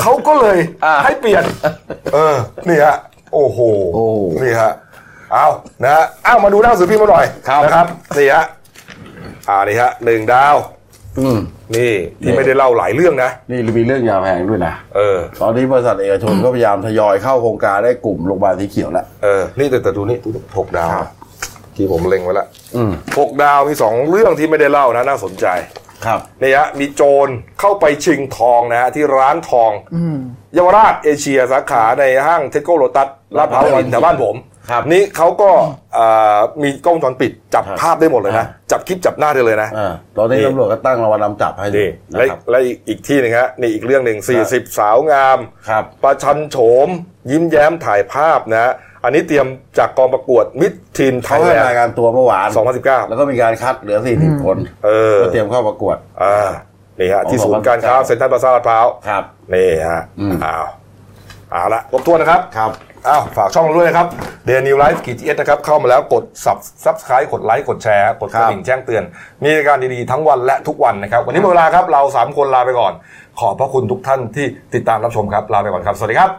[SPEAKER 7] เขาก็เลย
[SPEAKER 3] อ่า
[SPEAKER 7] ให้เปลี่ยน เออ นี่ฮะ โอ้โห
[SPEAKER 3] โอ้
[SPEAKER 7] นี่ฮะ เอานะฮะอ้าวมาดูหน้าสือพิมพ์มาหน่อยนะครับ นี่ฮะ อ่า นี่ฮะหนึ่งดาว
[SPEAKER 3] อืม
[SPEAKER 7] นี่
[SPEAKER 3] นี่
[SPEAKER 7] ที่ไม่ได้เล่าหลายเรื่องนะ
[SPEAKER 3] นี่มีเรื่องยาแพงด้วยนะ
[SPEAKER 7] เออ
[SPEAKER 3] ตอนนี้บริษัทเอกชนก็พยายามทยอยเข้าโครงการได้กลุ่มโรงพยาบาลสีเขียวแล้ว
[SPEAKER 7] เออ นี่แต่แต่ดูนี่หกดาว
[SPEAKER 3] ครับ
[SPEAKER 7] ที่ผมเล็งไว้ละ
[SPEAKER 3] อืม
[SPEAKER 7] หกดาวมีสองเรื่องที่ไม่ได้เล่านะ น่าสนใจ
[SPEAKER 3] ครับ
[SPEAKER 7] นี่ฮะมีโจรเข้าไปชิงทองนะฮะที่ร้านทองเยาวราชเอเชียสาขาในห้างเทสโก้โลตัสลาดพร้าววันแถวบ้านผม
[SPEAKER 3] ครับ
[SPEAKER 7] นี่เขาก็เอ่อมีกล้องวงจรปิดจับ
[SPEAKER 3] ครับ
[SPEAKER 7] ภาพได้หมดเลยนะ
[SPEAKER 3] อ่า
[SPEAKER 7] จับคลิปจับหน้าได้เลยนะ
[SPEAKER 3] อาตอนนี้
[SPEAKER 7] นี่
[SPEAKER 3] ตำรวจก็ตั้งรางวัลนำจับให้
[SPEAKER 7] นี่
[SPEAKER 3] นะ
[SPEAKER 7] และ
[SPEAKER 3] ครับ
[SPEAKER 7] และอีกอีกที่หนึงฮะนี่อีกเรื่องหนึ่ง40 สาวงาม
[SPEAKER 3] ครับ
[SPEAKER 7] ประชันโฉม ยิ้มแย้มถ่ายภาพนะฮะอันนี้เตรียมจากกองประกวดมิตรทีนไท
[SPEAKER 3] เขา
[SPEAKER 7] ย
[SPEAKER 3] ให้
[SPEAKER 7] แลน
[SPEAKER 3] ราย
[SPEAKER 7] ด์
[SPEAKER 3] งานตัวเมื่อวาน
[SPEAKER 7] 2019
[SPEAKER 3] แล้วก็มีการคัดเหลือ 40 คน
[SPEAKER 7] เออ
[SPEAKER 3] ก็เตรียมเข้าประกวด
[SPEAKER 7] อ่านี่ฮะที่
[SPEAKER 3] ของ
[SPEAKER 7] ศูนย์การค้า
[SPEAKER 3] 2019
[SPEAKER 7] เซ็นทรัลพลาซ่าลาดพร้าว
[SPEAKER 3] ครับ
[SPEAKER 7] นี่ฮะ
[SPEAKER 3] อืม
[SPEAKER 7] อ้าวเอาละครบถ้วนนะครับ
[SPEAKER 3] ครับ
[SPEAKER 7] อ้าว ฝากช่องเราด้วยนะครับเดนิวไลฟ์กีจีเอสนะครับ เข้ามาแล้วกด sub subscribe กดไลค์กดแชร์ กดกระดิ่งแจ้งเตือน มีรายการดี ๆ ทั้งวันและทุกวันนะครับ วันนี้หมดเวลาครับ เรา 3 คนลาไปก่อน ขอบพระคุณทุกท่านที่ติดตามรับชมครับ ลาไปก่อนครับ สวัสดีครับ